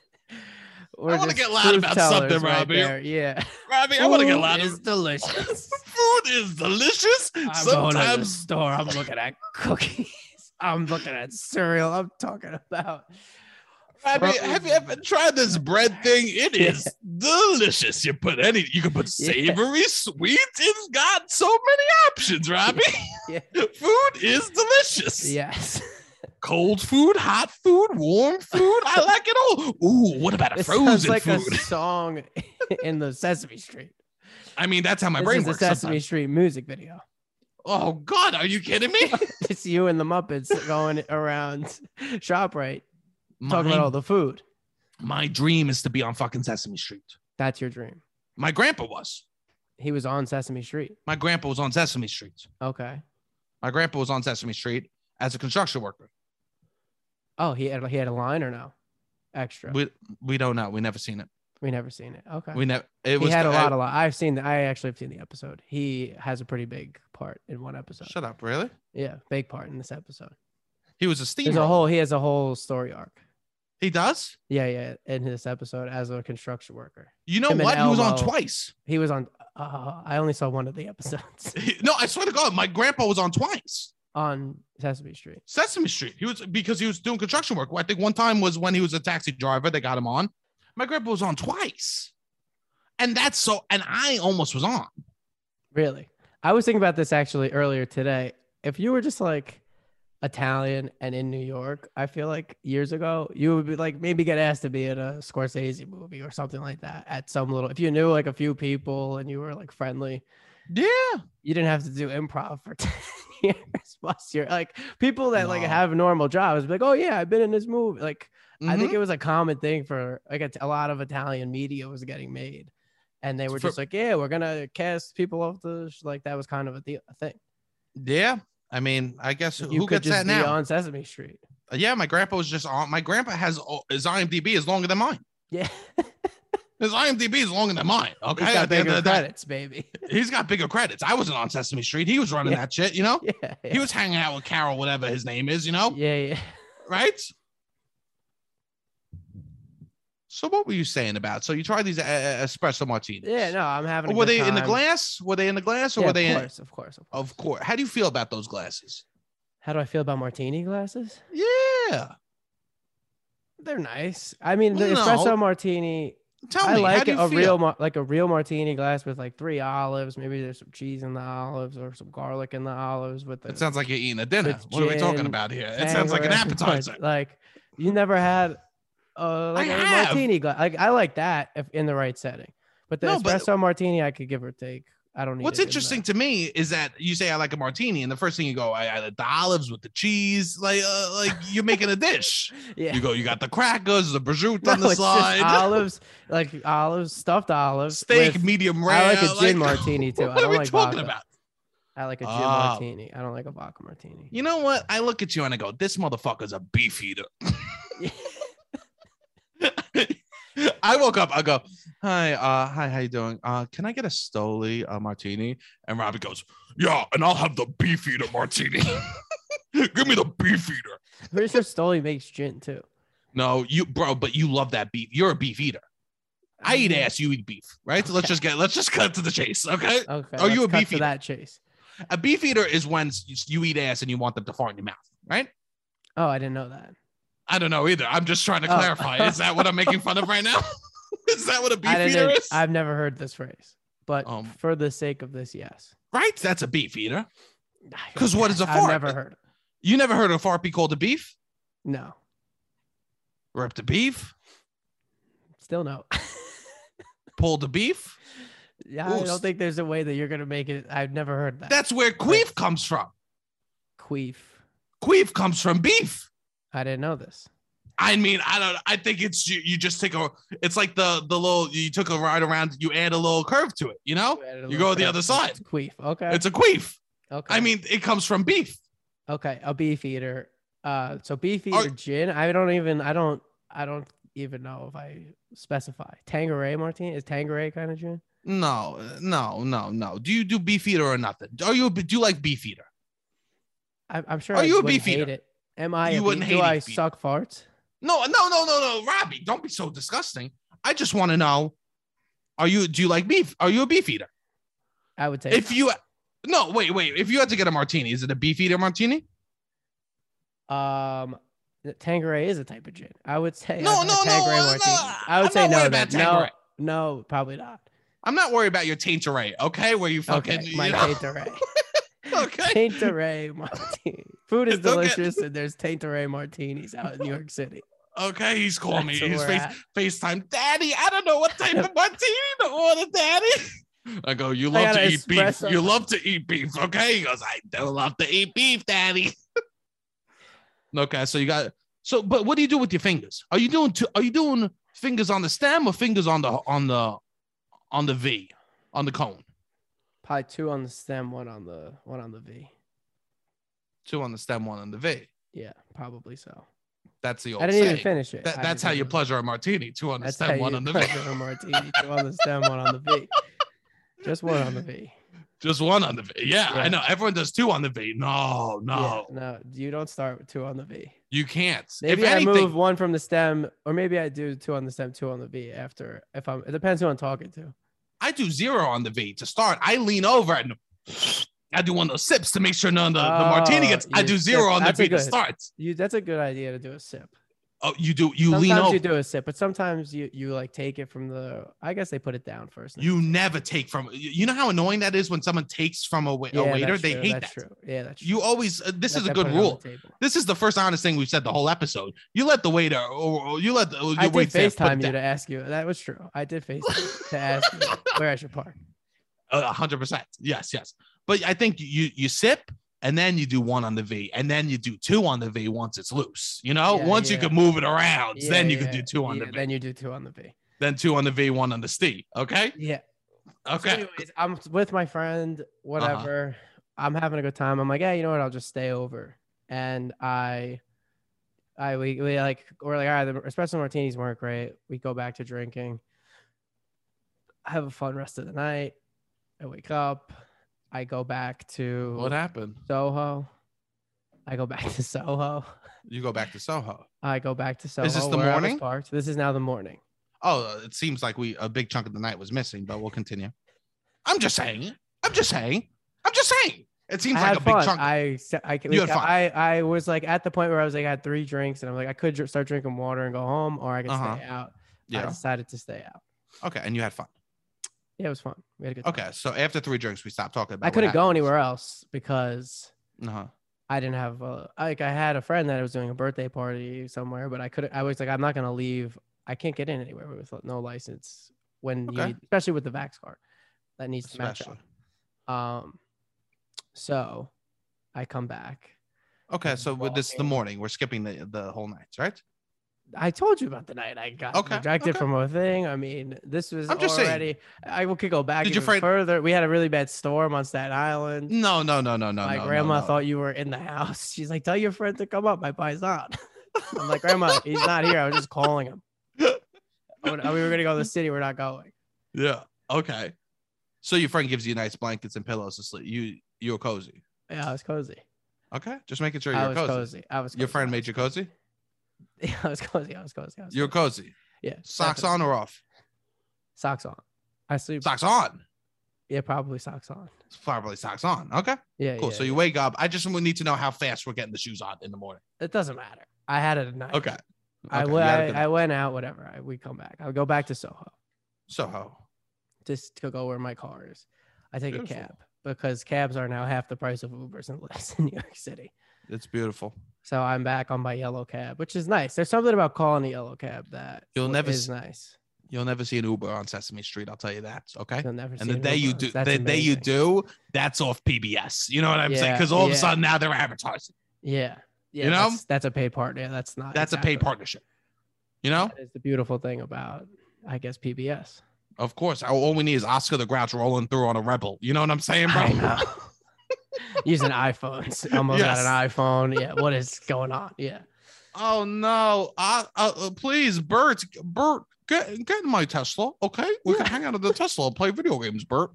We're
wanna
just
get loud
truth
about
tellers
something,
right
Robbie.
there. Yeah.
Robbie, i want to get a
Food
lot
is
of
delicious.
food is delicious
I'm going to the
sometimes
store. I'm looking at cookies. I'm looking at cereal. I'm talking about.
Robbie,
Frozen.
have you ever tried this bread thing it
Yeah.
is delicious you put any you can put
Yeah.
savory sweet it's got so many options robbie
Yeah.
food is delicious
Yes.
cold food hot food warm food i like it all ooh what about a
It
frozen
sounds like
food
a song in the Sesame Street.
I mean, that's how my
this
brain
is
works.
a Sesame
sometimes.
Street music video.
Oh God, are you kidding me?
It's you and the Muppets going around Shoprite
my,
talking about all the food.
my dream is to be on fucking Sesame Street.
That's your dream.
My grandpa was.
He was on Sesame Street.
My grandpa was on Sesame Street.
Okay.
My grandpa was on Sesame Street as a construction worker.
Oh, he had he had a line or no? Extra. We,
We we don't know. We never seen it.
never seen it. Okay.
We never. It
he
was
had a lot of lot. I've seen the, I actually have seen the episode. He has a pretty big part in one episode.
Shut up, really?
Yeah, big part in this episode.
He was a
There's a
steamroller.
whole he has a whole story arc.
He does.
Yeah, yeah. In this episode, as a construction worker,
You know
Him and
what? He was on
Elmo.
twice.
he was on. Uh, I only saw one of the episodes
no, I swear to God, my grandpa was on twice.
on Sesame Street.
Sesame Street. He was because he was doing construction work. I think one time was when he was a taxi driver. They got him on. My grandpa was on twice, and that's so. And I almost was on.
Really, I was thinking about this actually earlier today. If you were just like Italian and in New York, I feel like years ago you would be like maybe get asked to be in a Scorsese movie or something like that at some little. If you knew like a few people and you were like friendly,
Yeah.
you didn't have to do improv for 10 years plus you're like people that like
No.
have normal jobs be like oh yeah i've been in this movie like
Mm-hmm.
i think it was a common thing for like a, a lot of italian media was getting made and they were
For-
just like yeah we're gonna cast people off the sh-. like that was kind of a, deal, a thing
yeah. I mean, I guess
you
who
could
gets
just
that
be
now?
on sesame street
yeah, my grandpa was just on. My grandpa has uh, his IMDb is longer than mine.
yeah
His IMDb is longer than mine. Okay,
he's got
At the end
bigger
of the day,
credits baby
he's got bigger credits. I wasn't on Sesame Street. He was running
Yeah.
that shit. You know,
yeah yeah
he was hanging out with Carol, whatever his name is. You know,
yeah, yeah.
right? So what were you saying about? So you tried these uh, uh, espresso martinis?
Yeah, no i'm having a
were
good
they in the
time.
glass? Were they in the glass, or
yeah,
were they?
of
In,
course of course of course.
of course. How do you feel about those glasses?
how do i feel about martini glasses
Yeah,
they're nice i mean the
No.
espresso martini
tell
I
me. how
like
do
it-
you
a
feel?
real mar- like a real martini glass with like three olives. Maybe there's some cheese in the olives or some garlic in the olives with the
It sounds like you're eating a dinner.
with
What are we talking
gin,
about here? It sounds like an
tangerine, but,
appetizer.
Like you never had uh like
I
a
have.
martini glass. Like I like that if in the right setting. But the
No, but-
espresso martini I could give or take. I don't need
What's
it in the-
interesting to me is that you say I like a martini, and the first thing you go, I, I like the olives with the cheese, like uh, like you're making a dish.
yeah.
You go, you got the crackers, the prosciutto
No,
on the
it's just
side,
olives, like olives, stuffed olives.
steak,
with-
medium rare.
I like a gin martini too.
What
I
are
don't
we
like
talking
vodka.
about?
I like a gin
Ah.
martini. I don't like a vodka martini.
You know what? I look at you and I go, this motherfucker's a beef eater. I woke up. I go, hi, uh, hi, how you doing? Uh, can I get a Stoli uh, martini? And Robbie goes, yeah, and I'll have the beef eater martini. Give me the beef eater.
Pretty sure Stoli makes gin too.
No, you, bro, but you love that beef. You're a beef eater. I eat
mean,
ass. You eat beef, right? So let's just get, let's just cut to the chase, okay?
Okay.
Are you
let's
a
cut
beef
to
eater?
that chase?
A beef eater is when s- you eat ass and you want them to fart in your mouth, right?
Oh, I didn't know that.
I don't know either. I'm just trying to
Oh.
clarify. Is that what I'm making fun of right now? is that what a beef
I
eater
didn't.
is?
I've never heard this phrase, but
Um,
for the sake of this, yes.
right? That's a beef eater. Because what is a
I've
fart?
never heard. it.
You never heard a fart be called a beef?
No,
Ripped a beef?
still no.
Pulled a beef?
yeah,
Ooh,
I
s-
don't think there's a way that you're gonna make it. I've never heard that.
That's where queef comes from.
queef.
Queef comes from beef.
I didn't know this.
I mean, I don't. I think it's you. You just take a. It's like the the little. You took a ride around. You add a little curve to it. You know, Oh, you go the other side.
It's queef. Okay.
it's a queef.
okay.
I mean, it comes from beef.
Okay, a beef eater. Uh, so beef eater
Are-
gin. I don't even. I don't. I don't even know if I specify. Tangeray martini is Tangeray kind of gin.
No, uh, no, no, no. Do you do beef eater or nothing? Are you? a- Do you like beef eater?
I, I'm sure.
Are
I
you a
wouldn't
beef
hate
eater?
It. Am I?
You
a
wouldn't
beef?
hate
Do
a
I
beef eater.
suck farts?
No, no, no, no, no, Robbie, don't be so disgusting. I just want to know: Are you? Do you like beef? Are you a beef eater?
I would take.
If you, no, wait, wait. If you had to get a martini, is it a beef eater martini?
um, the Tangeray is a type of gin. I would say.
No,
I'd- a
no, no,
Tanqueray
uh, no,
I would
I'm
say
not worried
no.
about
then. no,
Tanqueray.
no, probably not.
I'm not worried about your tainteray, okay? Where you fucking
okay,
you
my
know?
Tanqueray.
okay.
Tanqueray martini. Food is
It's okay.
delicious, and there's Tanqueray martinis out in New York City.
Okay, he's calling me.
That's where
He's
we're
face,
at.
FaceTime, Daddy. I don't know what type of martini to order, Daddy. I go, you
I
love
got
to
an
eat
espresso.
beef. You love to eat beef, okay? He goes, I do love to eat beef, Daddy. okay, so you got so, but what do you do with your fingers? Are you doing two, Are you doing fingers on the stem or fingers on the on the on the V on the cone?
Probably two on the stem, one on the one on the V.
Two on the stem, one on the V.
Yeah, probably so.
That's the old
I didn't even
saying.
finish it.
That,
I didn't
that's how you
even-
pleasure a martini. Two on the
that's
stem,
how
one
you
on the
pleasure
V.
a martini. Two on the stem, one on the V. Just one on the V.
Just one on the V. Yeah, I
Yeah.
know. Everyone does two on the V. No, no,
Yeah, no, you don't start with two on the V.
you can't.
Maybe
if
I
anything,
move one from the stem, or maybe I do two on the stem, two on the V after. If I'm, it depends who I'm talking to.
I do zero on the V to start. I lean over and I do one of those sips to make sure none of the, the martini
Oh,
gets. I
you
do zero
sip.
on the
That's a
V to
good-
start.
You, that's a good idea to do a sip.
Oh, you do. You
sometimes
lean over.
you
You,
do a sip, but sometimes you you like take it from the. I guess they put it down first.
never take from. You you know how annoying that is when someone takes from a, wa- a waiter.
that's
They
true,
hate
that's
that.
True. Yeah, that's true.
You always. Uh, this
Let
is
them
a good
put it on the
rule.
table.
This is the first honest thing we've said the whole episode. You let the waiter, or, or you let the
I
your
did
wait staff put it
FaceTime you
down.
to ask you. That was true. I did FaceTime to ask you where I should park.
Uh, A hundred percent. Yes, yes. But I think you you sip and then you do one on the V and then you do two on the V once it's loose. You know,
Yeah,
once you
yeah.
can move it around,
Yeah,
then you
yeah,
can do two on
yeah,
the V, then-,
Then you do two on the V.
two on the V, one on the C. Okay,
Yeah. So
okay. Uh-huh.
anyways, I'm with my friend, whatever. I'm having a good time. I'm like, hey, you know what? I'll just stay over. And I, I we, we like we're like, all right, the espresso martinis weren't great. We go back to drinking. I have a fun rest of the night. I wake up. I go back to
What happened?
Soho. I go back to Soho.
You go back to Soho.
I go back to Soho.
this the
where I was
morning?
Parked. This is now the morning.
Oh, it seems like we a big chunk of the night was missing, but we'll continue. I'm just saying. I'm just saying. I'm just saying. It seems
I
like
had
a big
fun.
chunk.
I, se- I,
You had
like,
fun.
I, I was like at the point where I was like, I had three drinks and I'm like, I could dr- start drinking water and go home or I could
Uh-huh.
stay out. I
yeah.
decided to stay out.
Okay, and you had fun.
Yeah, it was fun. We had a good time.
Okay, so after three drinks, we stopped talking about.
I couldn't go anywhere else because
Uh huh.
I didn't have a, like, I had a friend that was doing a birthday party somewhere, but I couldn't, I was like, I'm not going to leave. I can't get in anywhere with no license when you
Okay.
need, especially with the Vax card that needs to match
Especially.
up. Um, so I come back.
Okay,
and
so with this is the
walking.
morning. We're skipping the, the whole night, right?
I told you about the night I got
Okay,
rejected
okay.
from a thing. I mean, this was
I'm just saying.
already. I will- could go back
Did you
even
afraid-
further. We had a really bad storm on Staten Island.
No, no, no, no, no.
My
no, no,
grandma
no.
thought you were in the house. She's like, "Tell your friend to come up. My pie's not." I'm like, "Grandma, he's not here. I was just calling him. I would- We were gonna go to the city. We're not going."
Yeah. Okay. So your friend gives you nice blankets and pillows to sleep. You you're cozy.
Yeah, I was cozy.
Okay, just making sure
I
you're
was
cozy.
cozy. I was. Cozy.
Your friend made you cozy.
Yeah, I was cozy. I was cozy. I was
You're
cozy.
cozy.
yeah.
Socks
definitely.
on or off?
Socks on. I sleep.
Socks on.
Yeah, probably socks on.
Probably socks on. Okay,
Yeah.
cool.
yeah,
so you wake up. I just would need to know how fast we're getting the shoes on in the morning.
It doesn't matter. I had it at night.
Okay.
I,
Okay,
w-
you had a
I,
good
I
night.
went out, whatever. I, we come back. I'll go back to Soho
Soho.
just to go where my car is. I take
Beautiful.
a cab because cabs are now half the price of Ubers and Lyfts in New York City.
It's beautiful.
So I'm back on my yellow cab, which is nice. There's something about calling a yellow cab that
You'll
w-
never
is
s-
nice.
You'll never see an Uber on Sesame Street. I'll tell you that. Okay.
You'll never
And
see
the
an
day you
Uber.
do, the
That's
day you
amazing.
do, that's off PBS. You know what I'm saying?
Yeah,
Because all of a
yeah.
sudden now they're advertising.
yeah, yeah,
You know?
that's, that's a paid part. Yeah, that's not.
That's a paid
exactly-
partnership. You know,
That is the beautiful thing about, I guess, PBS.
of course. All- All we need is Oscar the Grouch rolling through on a rebel. You know what I'm saying, bro?
I know. Using iPhones, almost got an iPhone. Yeah, what is going on? Yeah.
Oh no! Uh, uh, uh, please, Bert, Bert, get get in my Tesla, okay? We can hang out at the Tesla and play video games, Bert.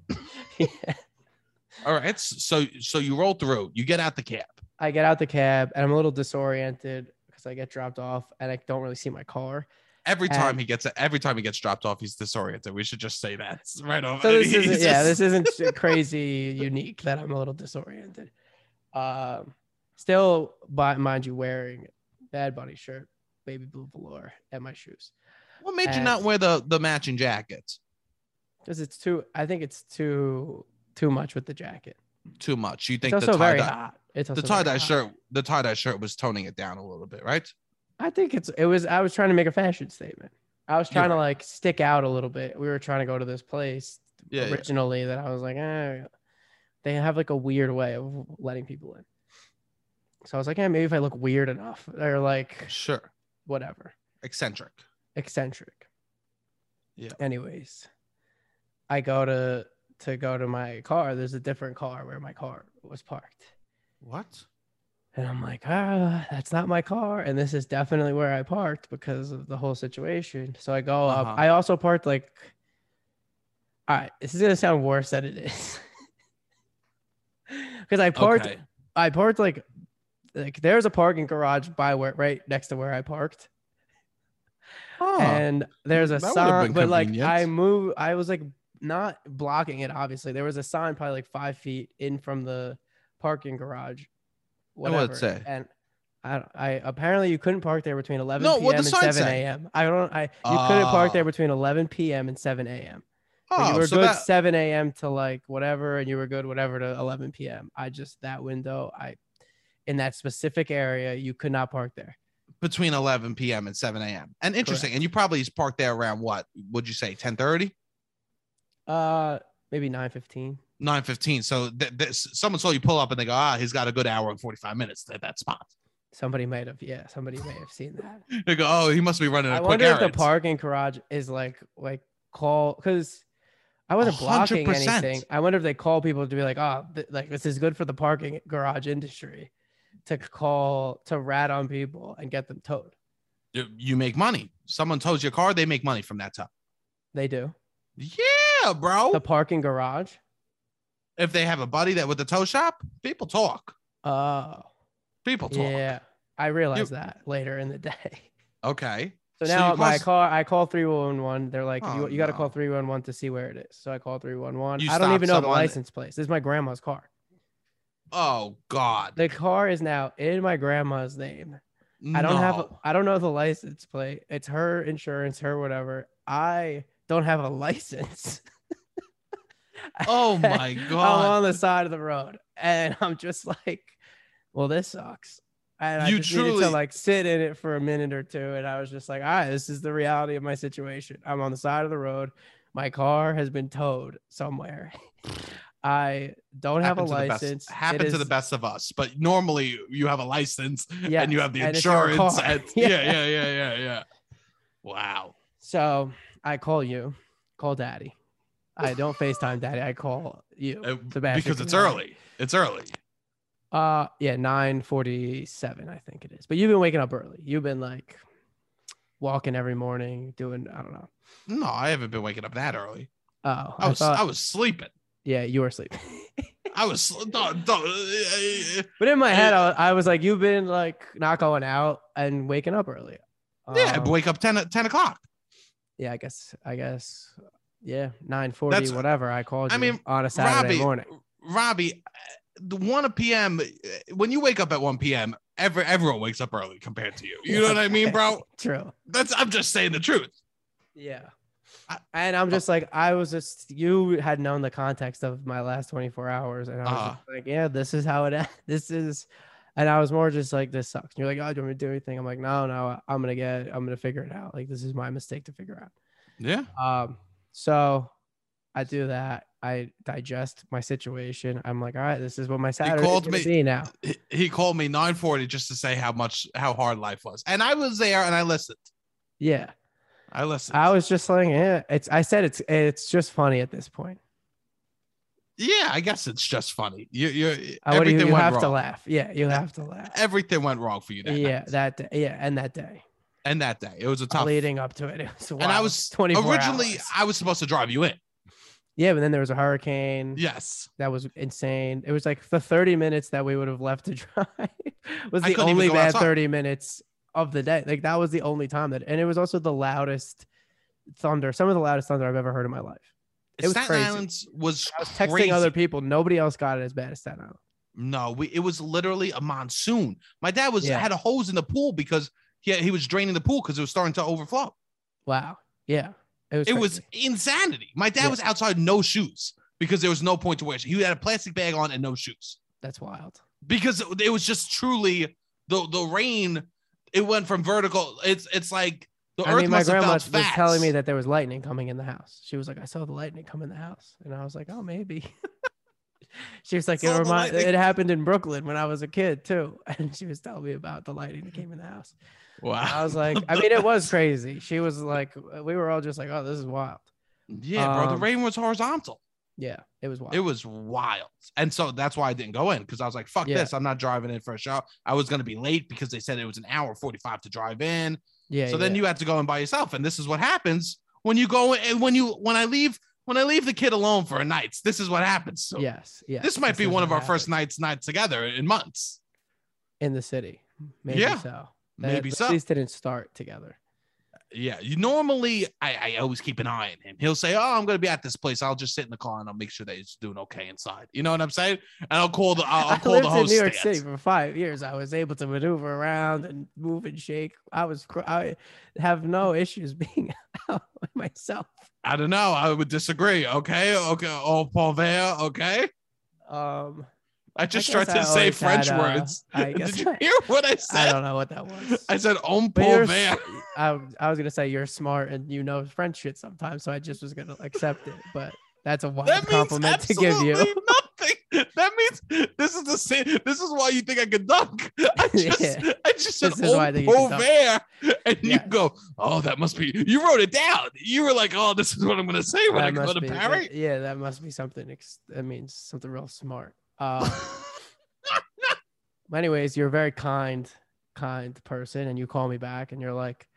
All right. s- So so you roll through. You get out the cab.
I get out the cab and I'm a little disoriented because I get dropped off and I don't really see my car.
Every time
And-
he gets every time he gets dropped off, he's disoriented. We should just say that right off.
So this
He's
isn't yeah, this
just-
isn't crazy unique that I'm a little disoriented. Um, still, by, mind you, wearing Bad Bunny shirt, baby blue velour, and my shoes
What made you
and-
not wear the the matching jackets?
because it's too. I think it's too too much with the jacket.
Too much. You
It's
think the
also
tie
very
dye
hot. It's
the
also
tie
very
dye
hot.
shirt the tie dye shirt was toning it down a little bit, right?
I think it's it was I was trying to make a fashion statement. I was
You're
trying to like stick out a little bit. We were trying to go to this place
Yeah, yeah.
originally that I was like, eh, they have like a weird way of letting people in. So I was like, yeah, maybe if I look weird enough or like
Sure.
whatever,
Eccentric.
eccentric.
Yeah.
Anyways, I go to to go to my car. There's a different car where my car was parked.
What?
And I'm like, ah, that's not my car. And this is definitely where I parked because of the whole situation. So I go
Uh-huh.
up. I also parked like, all right, this is going to sound worse than it is. because I parked.
Okay.
I parked like like there's a parking garage by where right next to where I parked,
Huh.
and there's a
That would've
sign.
been
But like
convenient.
I moved, I was like not blocking it. Obviously, there was a sign probably like five feet in from the parking garage.
And what'd it say?
And I, don't- I apparently you couldn't park there between 11
No,
p.m.
what'd
and
the
7
sign say?
a.m. I don't. I you couldn't park
Oh.
there between 11 p.m. and 7 a.m. Like,
oh,
you were
so
good
that-
7 a.m. to like whatever, and you were good whatever to 11 p.m. I just that window, I in that specific area, you could not park there.
between 11 p.m. and 7 a.m. And interesting. And you probably parked there around what would you say 10:30,
Uh, maybe 9:15.
9:15. So th- th- someone saw you pull up and they go, ah, he's got a good hour and 45 minutes at that spot.
Somebody might have, yeah, somebody may have seen that.
They go, oh, he must be running. a
I
quick
wonder if the
errands."
parking garage is like like call because I wasn't
A hundred
blocking
percent.
anything. I wonder if they call people to be like, oh, th- like this is good for the parking garage industry to call to rat on people and get them towed.
You, you make money. Someone tows your car, they make money from that time.
They do
Yeah, bro.
the parking garage.
if they have a buddy that with the tow shop, people talk.
Oh.
People talk.
Yeah, I realized that later in the day.
Okay.
So
So
now
you
at my
must-
car, I call three one one. They're like,
Oh,
you, you got to
no.
call three one one to see where it is. So I call three one one.
You
I don't
stopped
even know the
someone-
license plate. This is my grandma's car.
Oh God.
The car is now in my grandma's name. I don't have.
No.
I don't know the license plate. It's her insurance, her whatever. I don't have a license.
Oh my
I'm
God.
on the side of the road, and I'm just like, "Well, this sucks." And I
You
just needed
truly-
to like sit in it for a minute or two, and I was just like, "All right, this is the reality of my situation. I'm on the side of the road. My car has been towed somewhere. I don't have a
Happened to the best-
license. It
Happened to
is-
the best of us, but normally you have a license and you
Yes,
have the
and it's your
insurance.
car.
And, yeah,
Yeah.
yeah, yeah, yeah, yeah. Wow.
So I call you, call Daddy. I don't Facetime Daddy. I call you,
Uh,
Sebastian.
because it's
Canal.
early. It's early.
Uh yeah, 947, I think it is. But you've been waking up early. You've been like walking every morning, doing I don't know.
No, I haven't been waking up that early.
Oh,
I
I
was
thought-
I was sleeping.
yeah, you were asleep.
I was sl- no, no,
but in my head, I was, I was like, you've been like not going out and waking up early.
yeah, I
Um,
wake up 10, o- 10 o'clock.
yeah, I guess I guess yeah, 940,
That's-
whatever. I called
I
you
mean,
on a Saturday
Robbie,
morning.
Robbie, uh, the 1 p.m. uh, When you wake up at 1 p.m., every, everyone wakes up early compared to you. You know what I mean, bro?
True.
That's I'm just saying the truth.
Yeah.
I- Oh.
and I'm just like, I was just, you had known the context of my last 24 hours. And I was
Uh-huh.
just like, yeah, this is how it, e- this is. And I was more just like, this sucks. And you're like, oh, do you want me to do anything? I'm like, no, no, I'm going to get, I'm going to figure it out. Like, this is my mistake to figure out.
Yeah.
Um, so I do that. I digest my situation. I'm like, all right, this is what my Saturday
called
is going
me.
to be now.
He- He called me 940 just to say how much how hard life was. And I was there and I listened.
Yeah.
I listened.
I was just like, yeah, it's, I said, it's, it's just funny at this point.
yeah, I guess it's just funny. You you
I would,
everything
you, you
went
have
wrong.
to laugh. Yeah. You have to laugh.
Everything went wrong for you that
yeah,
night.
that day. Yeah, and that day
and that day. It was a tough
leading up to it, it was wild.
And I was
24
originally
hours.
I was supposed to drive you in.
yeah, but then there was a hurricane.
Yes.
that was insane. It was like the 30 minutes that we would have left to drive was
I
the
couldn't even
only
go
bad
outside.
30 minutes of the day. Like that was the only time that, and it was also the loudest thunder, some of the loudest thunder I've ever heard in my life. It was
Staten
crazy.
Island was
I was texting
crazy.
other people. Nobody else got it as bad as Staten Island.
No, we, it was literally a monsoon. My dad was
Yeah.
had a hose in the pool because he he was draining the pool because it was starting to overflow.
Wow. Yeah. It was.
It
crazy.
was insanity. My dad
Yeah.
was outside no shoes because there was no point to wear. shoes. He had a plastic bag on and no shoes
That's wild.
because it, it was just truly the the rain. It went from vertical. It's it's like the
I
earth
mean, my
must have
grandma
felt
was
fast.
telling me that there was lightning coming in the house. She was like, "I saw the lightning come in the house," and I was like, "Oh, maybe." she was like, "It
Saw the
remind-
lightning."
it happened in Brooklyn when I was a kid too," and she was telling me about the lightning that came in the house. I
wow.
was like, "I mean, it was crazy." She was like, "We were all just like, oh, this is wild."
Yeah, bro.
Um,
the rain was horizontal.
Yeah, it was wild.
It was wild. And so that's why I didn't go in because I was like, fuck
Yeah.
this. I'm not driving in for a show. I was going to be late because they said it was an hour 45 to drive in.
yeah.
so then you had to go in by yourself. And this is what happens when you go and when you, when I leave When I leave the kid alone for a night, this is what happens. So
yes, yes.
this might be
is
one of
what
our first
happened
nights nights together in months.
in the city. Maybe
Yeah,
so.
Maybe
at
so.
At least didn't start together.
Yeah. You normally I, I always keep an eye on him. He'll say, Oh, I'm gonna be at this place. I'll just sit in the car and I'll make sure that he's doing okay inside. You know what I'm saying? And I'll call the I'll, I'll
I
call
lived
the
in
host.
New York City for five years. I was able to maneuver around and move and shake. I was cr- I have no issues being out by myself.
I don't know. I would disagree. Okay. Okay. Oh, Paul Vea. Okay.
Um,
I just
guess
tried to
I
say
always
French
had, uh,
words.
I
Did
guess
you
I-
hear what I
I
said?
don't know what that was.
I, said "Om
But
Paul
you're
Vea.
s- I, I was gonna say you're smart and you know French shit sometimes, so I just was gonna accept it. But that's a wild
That means
compliment to give
absolutely
you.
nothing. That means this is the same. This is why you think I could dunk. I just,
Yeah.
I just said
This is why I
"Om
think you
Paul
can
Vea," and
Yes.
you go, "Oh, that must be." You wrote it down. You were like, "Oh, this is what I'm going to say when
That
I go
must
to
be- that-
Paris."
yeah, that must be something. Ex- that means something real smart. Uh, but anyways, you're a very kind, kind person, and you call me back, and you're like,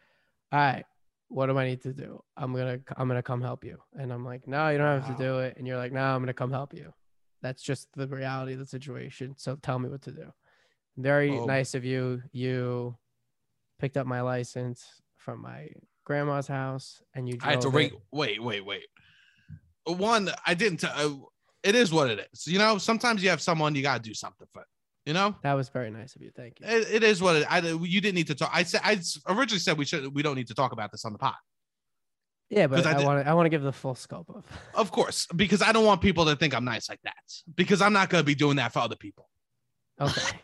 "All right, what do I need to do? I'm gonna, I'm gonna come help you." And I'm like, "No, you don't have to do it." And you're like, "No, I'm gonna come help you." That's just the reality of the situation. So tell me what to do. Very
Oh.
nice of you. You picked up my license from my grandma's house, and you.
I had to
drove it.
rate. Wait, wait, wait. One, I didn't. T- I, it is what it is. You know, sometimes you have someone you got to do something for. You know,
That was very nice of you. Thank you.
it, it is what it. I, you didn't need to talk. I said I s- originally said we should. We don't need to talk about this on the pod,
Yeah, but
'Cause I
I
did-
want to I want to give the full scope of.
of course, because I don't want people to think I'm nice like that. Because I'm not gonna be doing that for other people.
Okay.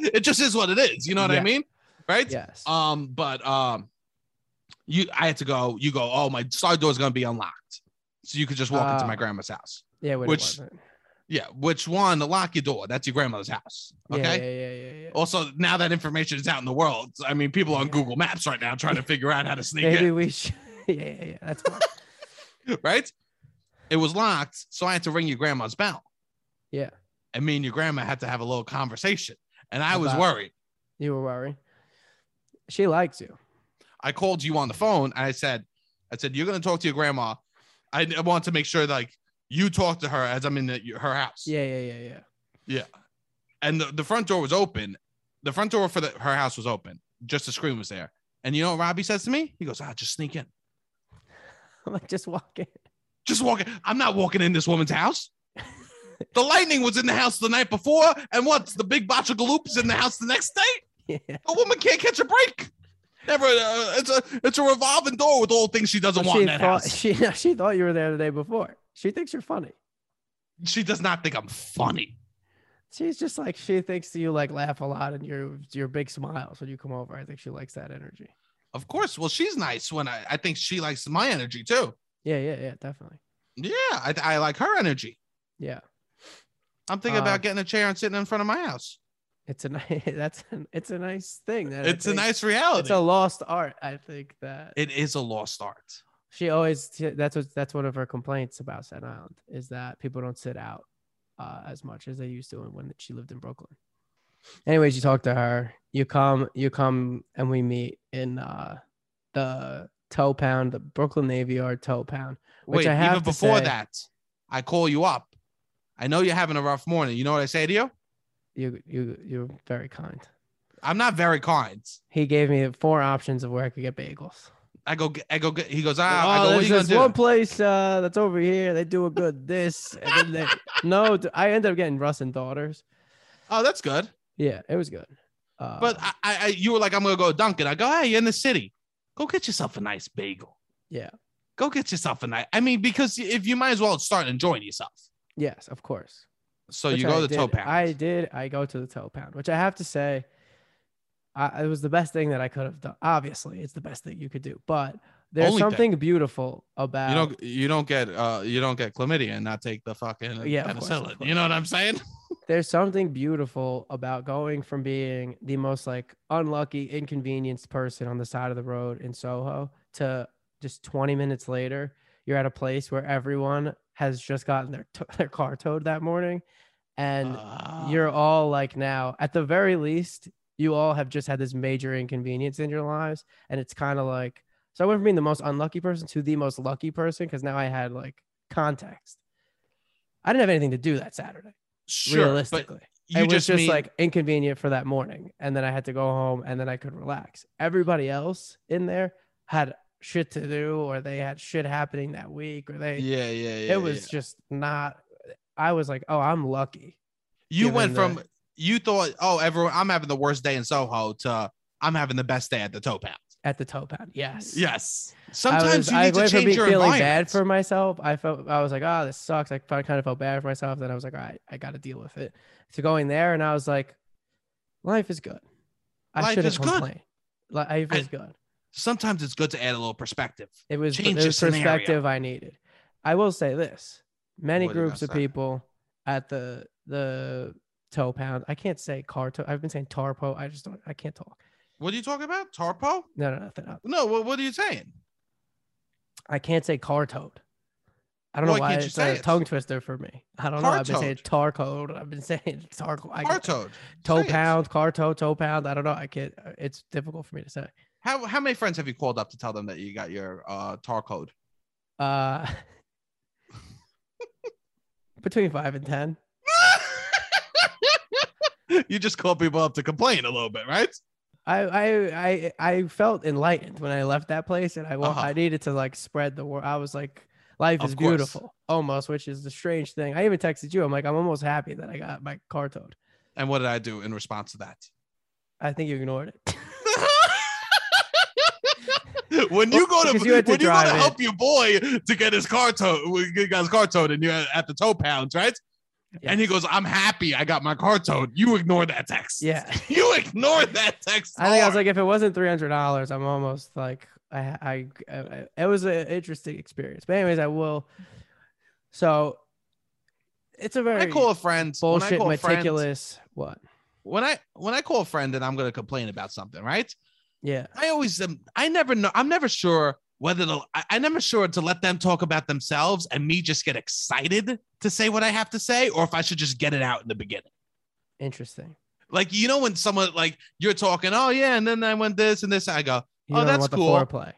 it just is what it is. You know what I
Yeah.
mean? Right?
yes.
Um, but um, you, I had to go. You go. Oh, my side door's gonna be unlocked, so you could just walk into
Ah.
my grandma's house.
yeah, when
which-
it wasn't.
Yeah, which one? Lock your door. That's your grandmother's house.
Yeah,
Okay. Oh,
Yeah, yeah, yeah, yeah.
Also, now that information is out in the world, I mean, people are on
Yeah.
Google Maps right now trying to figure out how to sneak
Maybe we should. Yeah, yeah, yeah. That's fine.
in, right? It was locked, so I had to ring your grandma's bell.
Yeah.
And me and your grandma had to have a little conversation. And I was
About-
worried.
you were worried. She likes you.
I called you on the phone and I said, I said, you're going to talk to your grandma. I I want to make sure like you talk to her as I'm in the, her house.
Yeah, yeah, yeah, yeah.
And the, the front door was open. The front door for the, her house was open. Just the screen was there. And you know what Robbie says to me? He goes, ah, just sneak in.
I'm like, just walk in.
Just walk in. I'm not walking in this woman's house. the lightning was in the house the night before. And what's the big botch of is in the house the next day?
Yeah.
The woman can't catch a break. Never. Uh, it's a it's a revolving door with all things she doesn't want
she
in that
thought
house.
she no, she thought you were there the day before. She thinks you're funny.
She does not think I'm funny.
She's just like she thinks you like laugh a lot and your your big smiles when you come over. I think she likes that energy.
Of course. Well, she's nice when I, I think she likes my energy too.
Yeah, yeah, yeah, definitely.
Yeah, I, I like her energy.
Yeah.
I'm thinking
Uh,
about getting a chair and sitting in front of my house.
It's a nice that's an, it's a nice thing. That I
It's a
think-
nice reality.
It's a lost art. I think that
it is a lost art.
she always that's what that's one of her complaints about Staten Island is that people don't sit out uh, as much as they used to when she lived in Brooklyn. Anyways, you talk to her. You come, you come, and we meet in uh, the tow pound, the Brooklyn Navy Yard tow pound. Which
Wait,
I have
even
to
before
say-
that, I call you up. I know you're having a rough morning. You know what I say to you?
You you you're very kind.
I'm not very kind.
He gave me four options of where I could get bagels.
I go, get- I go. Get, he goes,
oh,
ah. I go, what are
there's
you gonna
this
do?
one place uh, that's over here. They do a good this. And then they, no, I ended up getting Russ and Daughters.
Oh, that's good.
Yeah, it was good. Uh,
But I, I, I- you were like, I'm gonna go Dunkin'. I go, hey, you're in the city. Go get yourself a nice bagel.
Yeah.
Go get yourself a nice. I mean, because if you might as well start enjoying yourself.
yes, of course.
So
Which
you go
I
to the toe
did.
pound.
I did. I go to the toe pound, which I have to say, I, it was the best thing that I could have done. Obviously, it's the best thing you could do, but there's
Only thing.
something beautiful about.
you don't you don't get uh you don't get chlamydia and not take the fucking
Yeah, of course, of
penicillin.
course.
You know what I'm saying?
there's something beautiful about going from being the most like unlucky, inconvenienced person on the side of the road in Soho to just 20 minutes later, you're at a place where everyone has just gotten their t- their car towed that morning, and
Ah.
you're all like now at the very least you all have just had this major inconvenience in your lives and it's kind of like So I went from being the most unlucky person to the most lucky person because now I had like context. I didn't have anything to do that Saturday.
Sure, but
realistically,
you
it was just,
mean-
like inconvenient for that morning, and then I had to go home, and then I could relax. Everybody else in there had shit to do, or they had shit happening that week, or they.
yeah, yeah, yeah.
it was
yeah.
just not. I was like, oh, I'm lucky.
you
given
went
the-
from you thought, oh, everyone, I'm having the worst day in Soho to I'm having the best day at the toe pound.
at the toe pad. Yes.
Yes.
I
Sometimes
was-
you
I
need to
went from
change
being
your
feeling
environment.
bad for myself. I felt I was like, oh, this sucks. I kind of felt bad for myself. Then I was like, all right, I got to deal with it. So going there, and I was like, life is good. I
Life
shouldn't
is good.
complain. Life
I-
is good.
Sometimes it's good to add a little perspective.
It was
Change
the
the scenario.
perspective I needed. I will say this: many
What did I
groups of
say?
people at the the toe pound. I can't say car toe. I've been saying tarpo. I just don't. I can't talk.
What are you talking about? Tarpo?
No, no, nothing. Up.
No, what, what are you saying?
I can't say car toad. I don't
Why
know why
can't you
it's
say
a
it?
tongue twister for me. I don't know.
Car
I've been saying
toad.
tar code. I've been saying tar co- I-
Car toad.
Toe
Say it.
pound, car toe, toe pound. I don't know. I can't. It's difficult for me to say.
How, how many friends have you called up to tell them that you got your uh, tar code?
Uh, between five and ten.
you just call people up to complain a little bit, right?
I, I I I felt enlightened when I left that place, and I wa-
Uh-huh.
I needed to like spread the word. I was like, life
Of
is
course.
beautiful, almost, which is the strange thing. I even texted you. I'm like, I'm almost happy that I got my car towed.
And what did I do in response to that?
I think you ignored it.
when you
Well,
go to
because you had to
when you go to
drive it.
help your boy to get his car towed, we got his car towed, and you're at the tow pounds, right? And he goes, "I'm happy, I got my car towed." You ignore that text.
Yeah.
you ignore that text.
I think I
hard.
was like, if it wasn't three hundred dollars, I'm almost like, I, I, I, it was an interesting experience. But anyways, I will. So, it's a
When
very
I call a friend.
bullshit,
when I call a friend-
meticulous. What?
when I when I call a friend and I'm going to complain about something, right?
Yeah,
I always um, I never know. I'm never sure whether to. I, I'm never sure to let them talk about themselves and me just get excited to say what I have to say, or if I should just get it out in the beginning.
interesting.
Like you know when someone like you're talking, oh yeah, and then I went this and this. I go,
You
Oh,
don't
that's
want the
cool.
foreplay.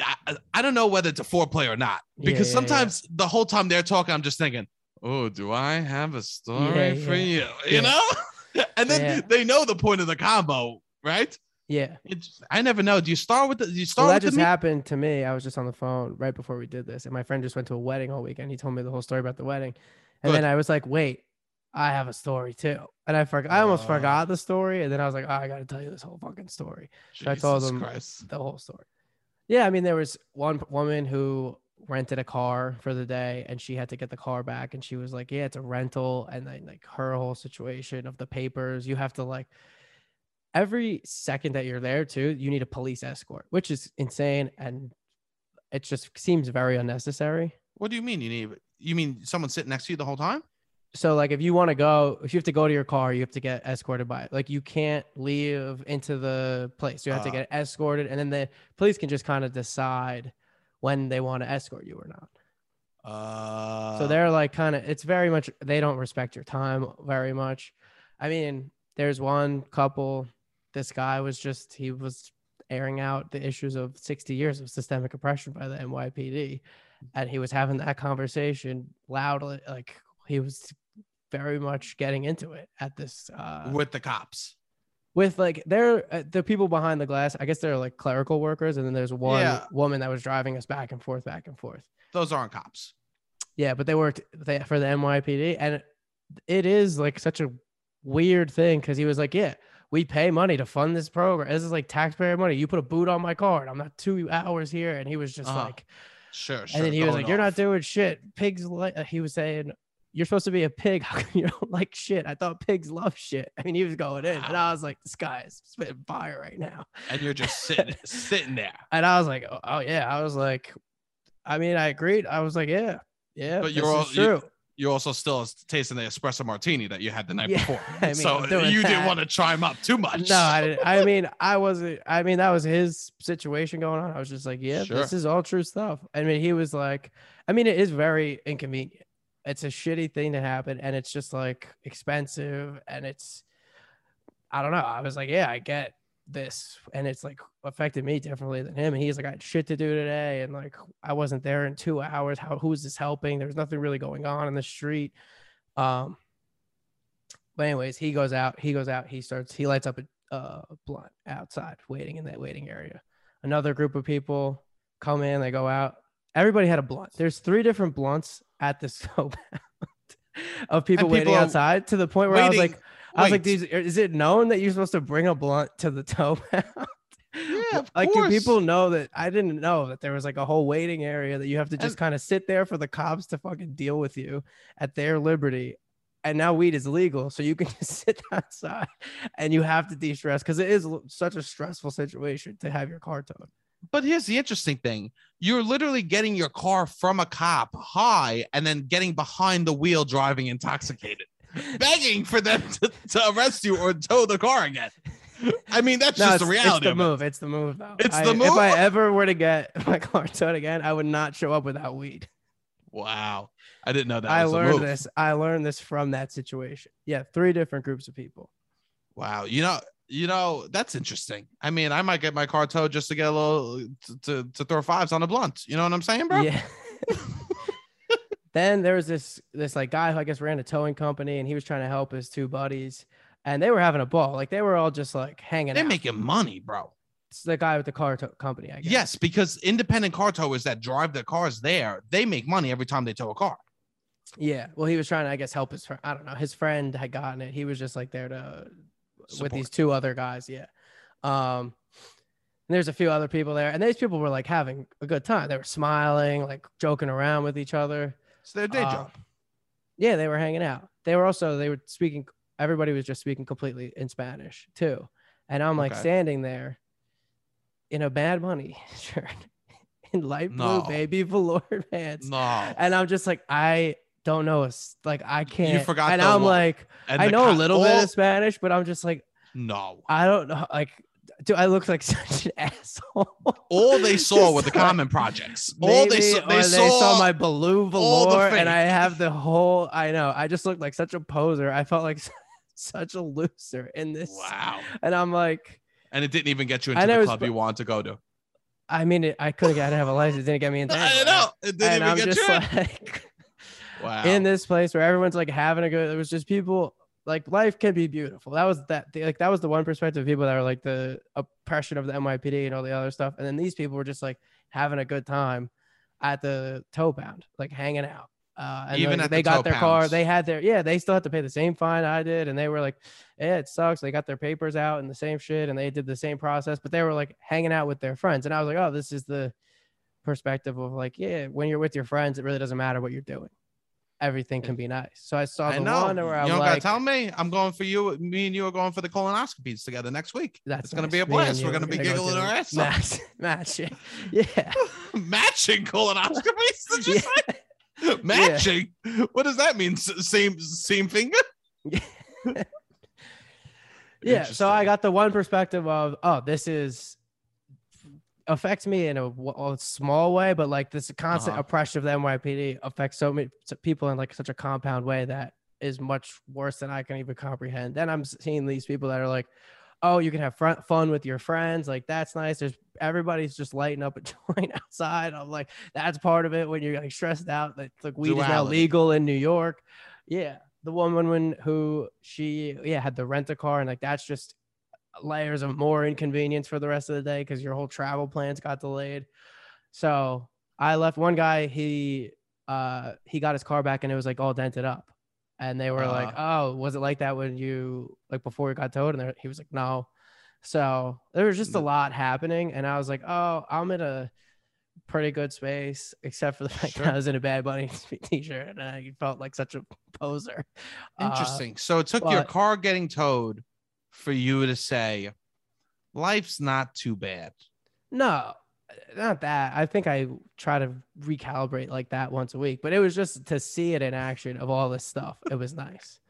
I, I- I don't know whether it's a foreplay or not
Yeah,
because
yeah, yeah.
sometimes the whole time they're talking, I'm just thinking, oh, do I have a story
Yeah,
for you?
yeah.
You know, and then
Yeah.
they know the point of the combo, right?
Yeah.
It's, I never know. Do you start with the? Do you start
Well, that
with the
just
meat?
happened to me. I was just on the phone right before we did this, and my friend just went to a wedding all weekend. He told me the whole story about the wedding, and
Good.
then I was like, "Wait, I have a story too." And I forgot. I almost
Uh.
forgot the story, and then I was like, oh, "I got to tell you this whole fucking story." I told
Jesus
them-
Christ.
the whole story. Yeah, I mean, there was one p- woman who rented a car for the day, and she had to get the car back, and she was like, "Yeah, it's a rental," and then like her whole situation of the papers, you have to like every second that you're there too, you need a police escort, which is insane, and it just seems very unnecessary.
What do you mean? You need? You mean someone sitting next to you the whole time?
So like if you want to go, if you have to go to your car, you have to get escorted by it. Like you can't leave into the place. You have to
Ah.
get escorted, and then the police can just kind of decide when they want to escort you or not.
Uh,
so they're like kind of it's very much they don't respect your time very much. I mean, there's one couple, this guy was just he was airing out the issues of 60 years of systemic oppression by the NYPD and he was having that conversation loudly like he was very much getting into it at this uh with,
with the cops.
like they're uh, the people behind the glass i guess they're like clerical workers and then there's one
Yeah.
woman that was driving us back and forth back and forth
Those aren't cops.
yeah but they worked they, for the nypd and it- it is like such a weird thing because he was like yeah we pay money to fund this program this is like taxpayer money you put a boot on my card i'm not two hours here and he was just
Uh-huh.
like
Sure. sure
and then he was
going
like, "You're not
off.
doing shit. Pigs." Like he was saying, "You're supposed to be a pig. How come you don't like shit?" I thought pigs love shit. I mean, he was going in, and I was like, "This guy is spitting fire right now."
And you're just sitting sitting there.
And I was like, "Oh, oh, yeah." I was like, "I mean, I agreed." I was like, "Yeah, yeah."
But
But
you're
you're
all-
all
you-
true.
You're also still tasting the espresso martini that you had the night
Yeah,
before.
I mean,
so
I'm doing
you didn't
that.
want to chime up too much.
no, I didn't. I mean, I wasn't. I mean, that was his situation going on. I was just like, "Yeah,
Sure.
this is all true stuff." I mean, he was like, "I mean, it is very inconvenient. It's a shitty thing to happen, and it's just like expensive, and it's." I don't know. I was like, yeah, I get this and it's like affected me differently than him and he's like i had shit to do today and like i wasn't there in two hours how who's this helping there's nothing really going on in the street um but anyways he goes out he goes out he starts he lights up a uh, blunt outside waiting in that waiting area another group of people come in they go out everybody had a blunt there's three different blunts at this compound of people,
people
waiting
are
outside to the point where i was
waiting-
like I was like,
Wait.
"These is it known that you're supposed to bring a blunt to the tow pound?"
Yeah, of
like
course.
do people know that? I didn't know that there was like a whole waiting area that you have to just
And-
kind of sit there for the cops to fucking deal with you at their liberty. And now weed is legal, so you can just sit outside and you have to de-stress because it is l- such a stressful situation to have your car towed.
But here's the interesting thing. You're literally getting your car from a cop high and then getting behind the wheel driving intoxicated, begging for them to, to arrest you or tow the car again. I mean, that's
No,
just
it's,
the
it's
reality.
the
of it.
move. It's the move, though.
It's
I-
the
If
move?
I ever were to get my car towed again, I would not show up without weed.
Wow. I didn't know that.
I
was the
learned
move.
this. I learned this from that situation. Yeah, three different groups of people.
Wow, you know, you know, that's interesting. I mean, I might get my car towed just to get a little to to, to throw fives on a blunt. You know what I'm saying, bro?
Yeah. then there was this this like guy who I guess ran a towing company, and he was trying to help his two buddies, and they were having a ball. Like they were all just like hanging
They're
out.
making money, bro.
it's the guy with the car tow company, I guess.
Yes, because independent car towers that drive their cars there, they make money every time they tow a car.
Yeah. Well, he was trying to, I guess, help his friend. I don't know. His friend had gotten it. He was just like there to with these
Support.
two other guys. Yeah. Um, and there's a few other people there, and these people were like having a good time. They were smiling, like joking around with each other.
It's their day
Uh,
job.
Yeah, they were hanging out. They were also they were speaking. Everybody was just speaking completely in Spanish too, and I'm like
Okay.
standing there in a Bad Bunny shirt, in light blue
No.
baby velour pants,
No,
and I'm just like I don't know. It's like I can't.
forgot
And
the
I'm
one-
like
And
I
the
know a
co- Oh.
little bit
all-
of Spanish, but I'm just like
No,
I don't know. Like, do I look like such an asshole?
all they saw were
Just
the
like-
common projects. All they
Maybe,
saw,
or
they saw,
my blue
all the
velour, and
fake.
I have the whole. I know. I just looked like such a poser. I felt like such a loser in this.
Wow,
And I'm like,
and it didn't even get you
I
into
know
the
it's
club
bu-
you want to go to.
I mean, it, I couldn't. get- I didn't have a license. It didn't get me into.
I
anywhere.
know it didn't
And
even
I'm
get you.
just
in.
like
wow,
in this place where everyone's like having a good. It was just people. Like life can be beautiful. That was that. Like that was the one perspective of people that were like the oppression of the NYPD and all the other stuff. And then these people were just like having a good time at the tow pound, like hanging out. Uh, and
Even
like,
at
they
the
got
tow
their car,
pounds.
they had their yeah, they still had to pay the same fine I did, and they were like, yeah, it sucks. They got their papers out and the same shit, and they did the same process, but they were like hanging out with their friends, and I was like, oh, this is the perspective of like, yeah, when you're with your friends, it really doesn't matter what you're doing. Everything can be nice. So I saw
I
the
know.
one where
you
I'm
don't gotta
like,
tell me. I'm going for you. Me and you are going for the colonoscopies together next week.
that's
it's gonna
nice.
be a
Me and
blast.
you,
We're gonna be
go
giggling
do
our ass off.
match, match it. Yeah.
Matching colonoscopies. Did you
Yeah.
say? Matching. What does that mean? S- Same same finger.
yeah so i
Interesting.
got the one perspective of oh this is affects me in a, w- a small way but like this constant
Uh-huh.
oppression of the nypd affects so many s- people in like such a compound way that is much worse than i can even comprehend then i'm seeing these people that are like oh you can have fr- fun with your friends like that's nice there's everybody's just lighting up a joint outside i'm like that's part of it when you're like stressed out that like weed is now
Duality.
legal in new york yeah the woman when who she yeah had to rent a car and like that's just layers of more inconvenience for the rest of the day because your whole travel plans got delayed so i left one guy he uh he got his car back and it was like all dented up and they were like
Uh-huh.
oh was it like that when you like before you got towed and they're- he was like no so there was just a
N-
lot happening and i was like oh i'm in a pretty good space except for the fact that
Sure.
i was in a bad bunny t-shirt and i felt like such a poser Uh,
Interesting. so it took your
but-
car getting towed for you to say, "Life's not too bad."
No, not that. I think I try to recalibrate like that once a week, but it was just to see it in action of all this stuff. It was nice.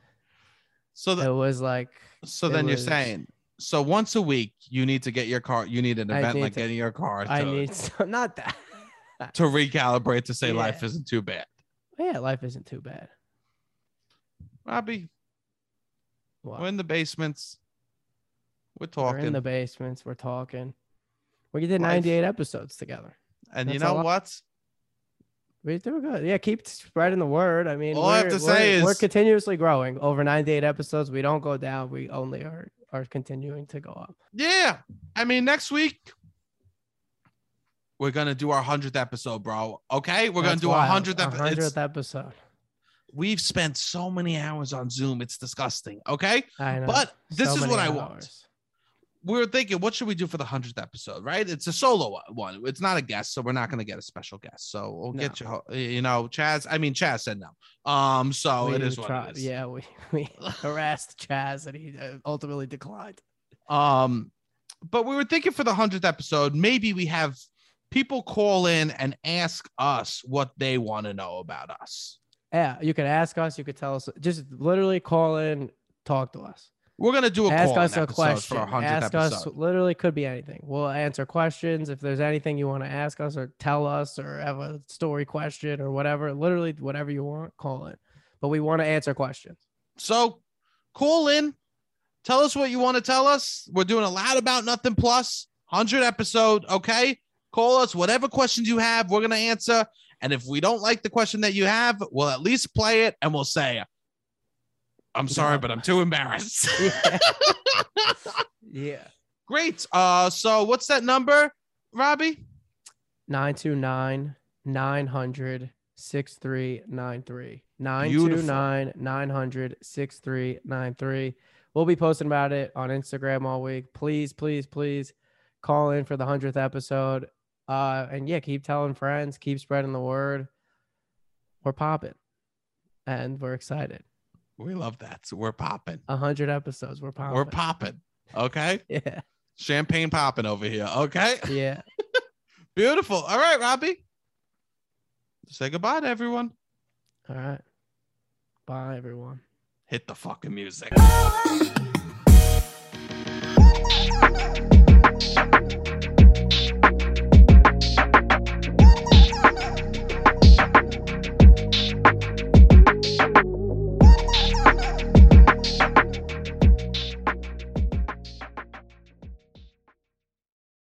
So
It
the,
was like,
so
it
then
was-
you're saying. So once a week, you need to get your car. You need an
I
event
need
like
to-
getting your car
I
towed
need some, not that.
to recalibrate to say
Yeah.
life isn't too bad.
yeah, life isn't too bad.
Robbie,
Wow.
We're in the basements. We're
We're
talking.
in the basements. We're talking. We did
Life.
98 episodes together.
and you
that's
know
a lot.
what?
We do good. Yeah, keep spreading the word. I mean,
All I have
we're-
to say
we're- we're
is-
continuously growing. Over 98 episodes, we don't go down. We only are are continuing to go up.
Yeah. I mean, next week we're gonna do our hundredth episode, bro. Okay, we're gonna
That's
do our
wild.
hundredth
Our
episode.
100th episode.
We've spent so many hours on Zoom; it's disgusting. Okay,
I know.
but this
So
is
many
what I want.
hours.
We were thinking, what should we do for the hundredth episode? Right? It's a solo one. It's not a guest, so we're not gonna get a special guest. So we'll get you, ho- you know, Chaz. I mean, Chaz said no. Um, so it
We
is what
tried-
it is.
Yeah, we, we harassed Chaz and he uh, ultimately declined.
Um, but we were thinking for the hundredth episode, maybe we have people call in and ask us what they want to know about us.
Yeah, you could ask us. You could tell us. Just literally call in, talk to us.
We're gonna do a
ask
call
us a
episode
question.
for our hundredth
Ask
episode.
us. Literally, could be anything. We'll answer questions if there's anything you want to ask us or tell us or have a story question or whatever. Literally, whatever you want, call in. But we want to answer questions.
So call in, tell us what you want to tell us. We're doing a lot about nothing plus hundred episode. Okay, call us whatever questions you have. We're gonna answer. And if we don't like the question that you have, we'll at least play it and we'll say, I'm sorry,
No.
but I'm too embarrassed.
Yeah. yeah.
Great. Uh, so what's that number, Robbie?
929 900 6393.
Beautiful.
929 900 6393. We'll be posting about it on Instagram all week. Please, please, please call in for the 100th episode. Uh, and yeah, keep telling friends, keep spreading the word. We're popping and we're excited.
We love that. We're popping.
100 episodes. We're popping.
We're popping. Okay.
yeah.
Champagne popping over here. Okay.
Yeah.
Beautiful. All right, Robbie. Say goodbye to everyone.
All right. Bye, everyone.
Hit the fucking music.
Bye.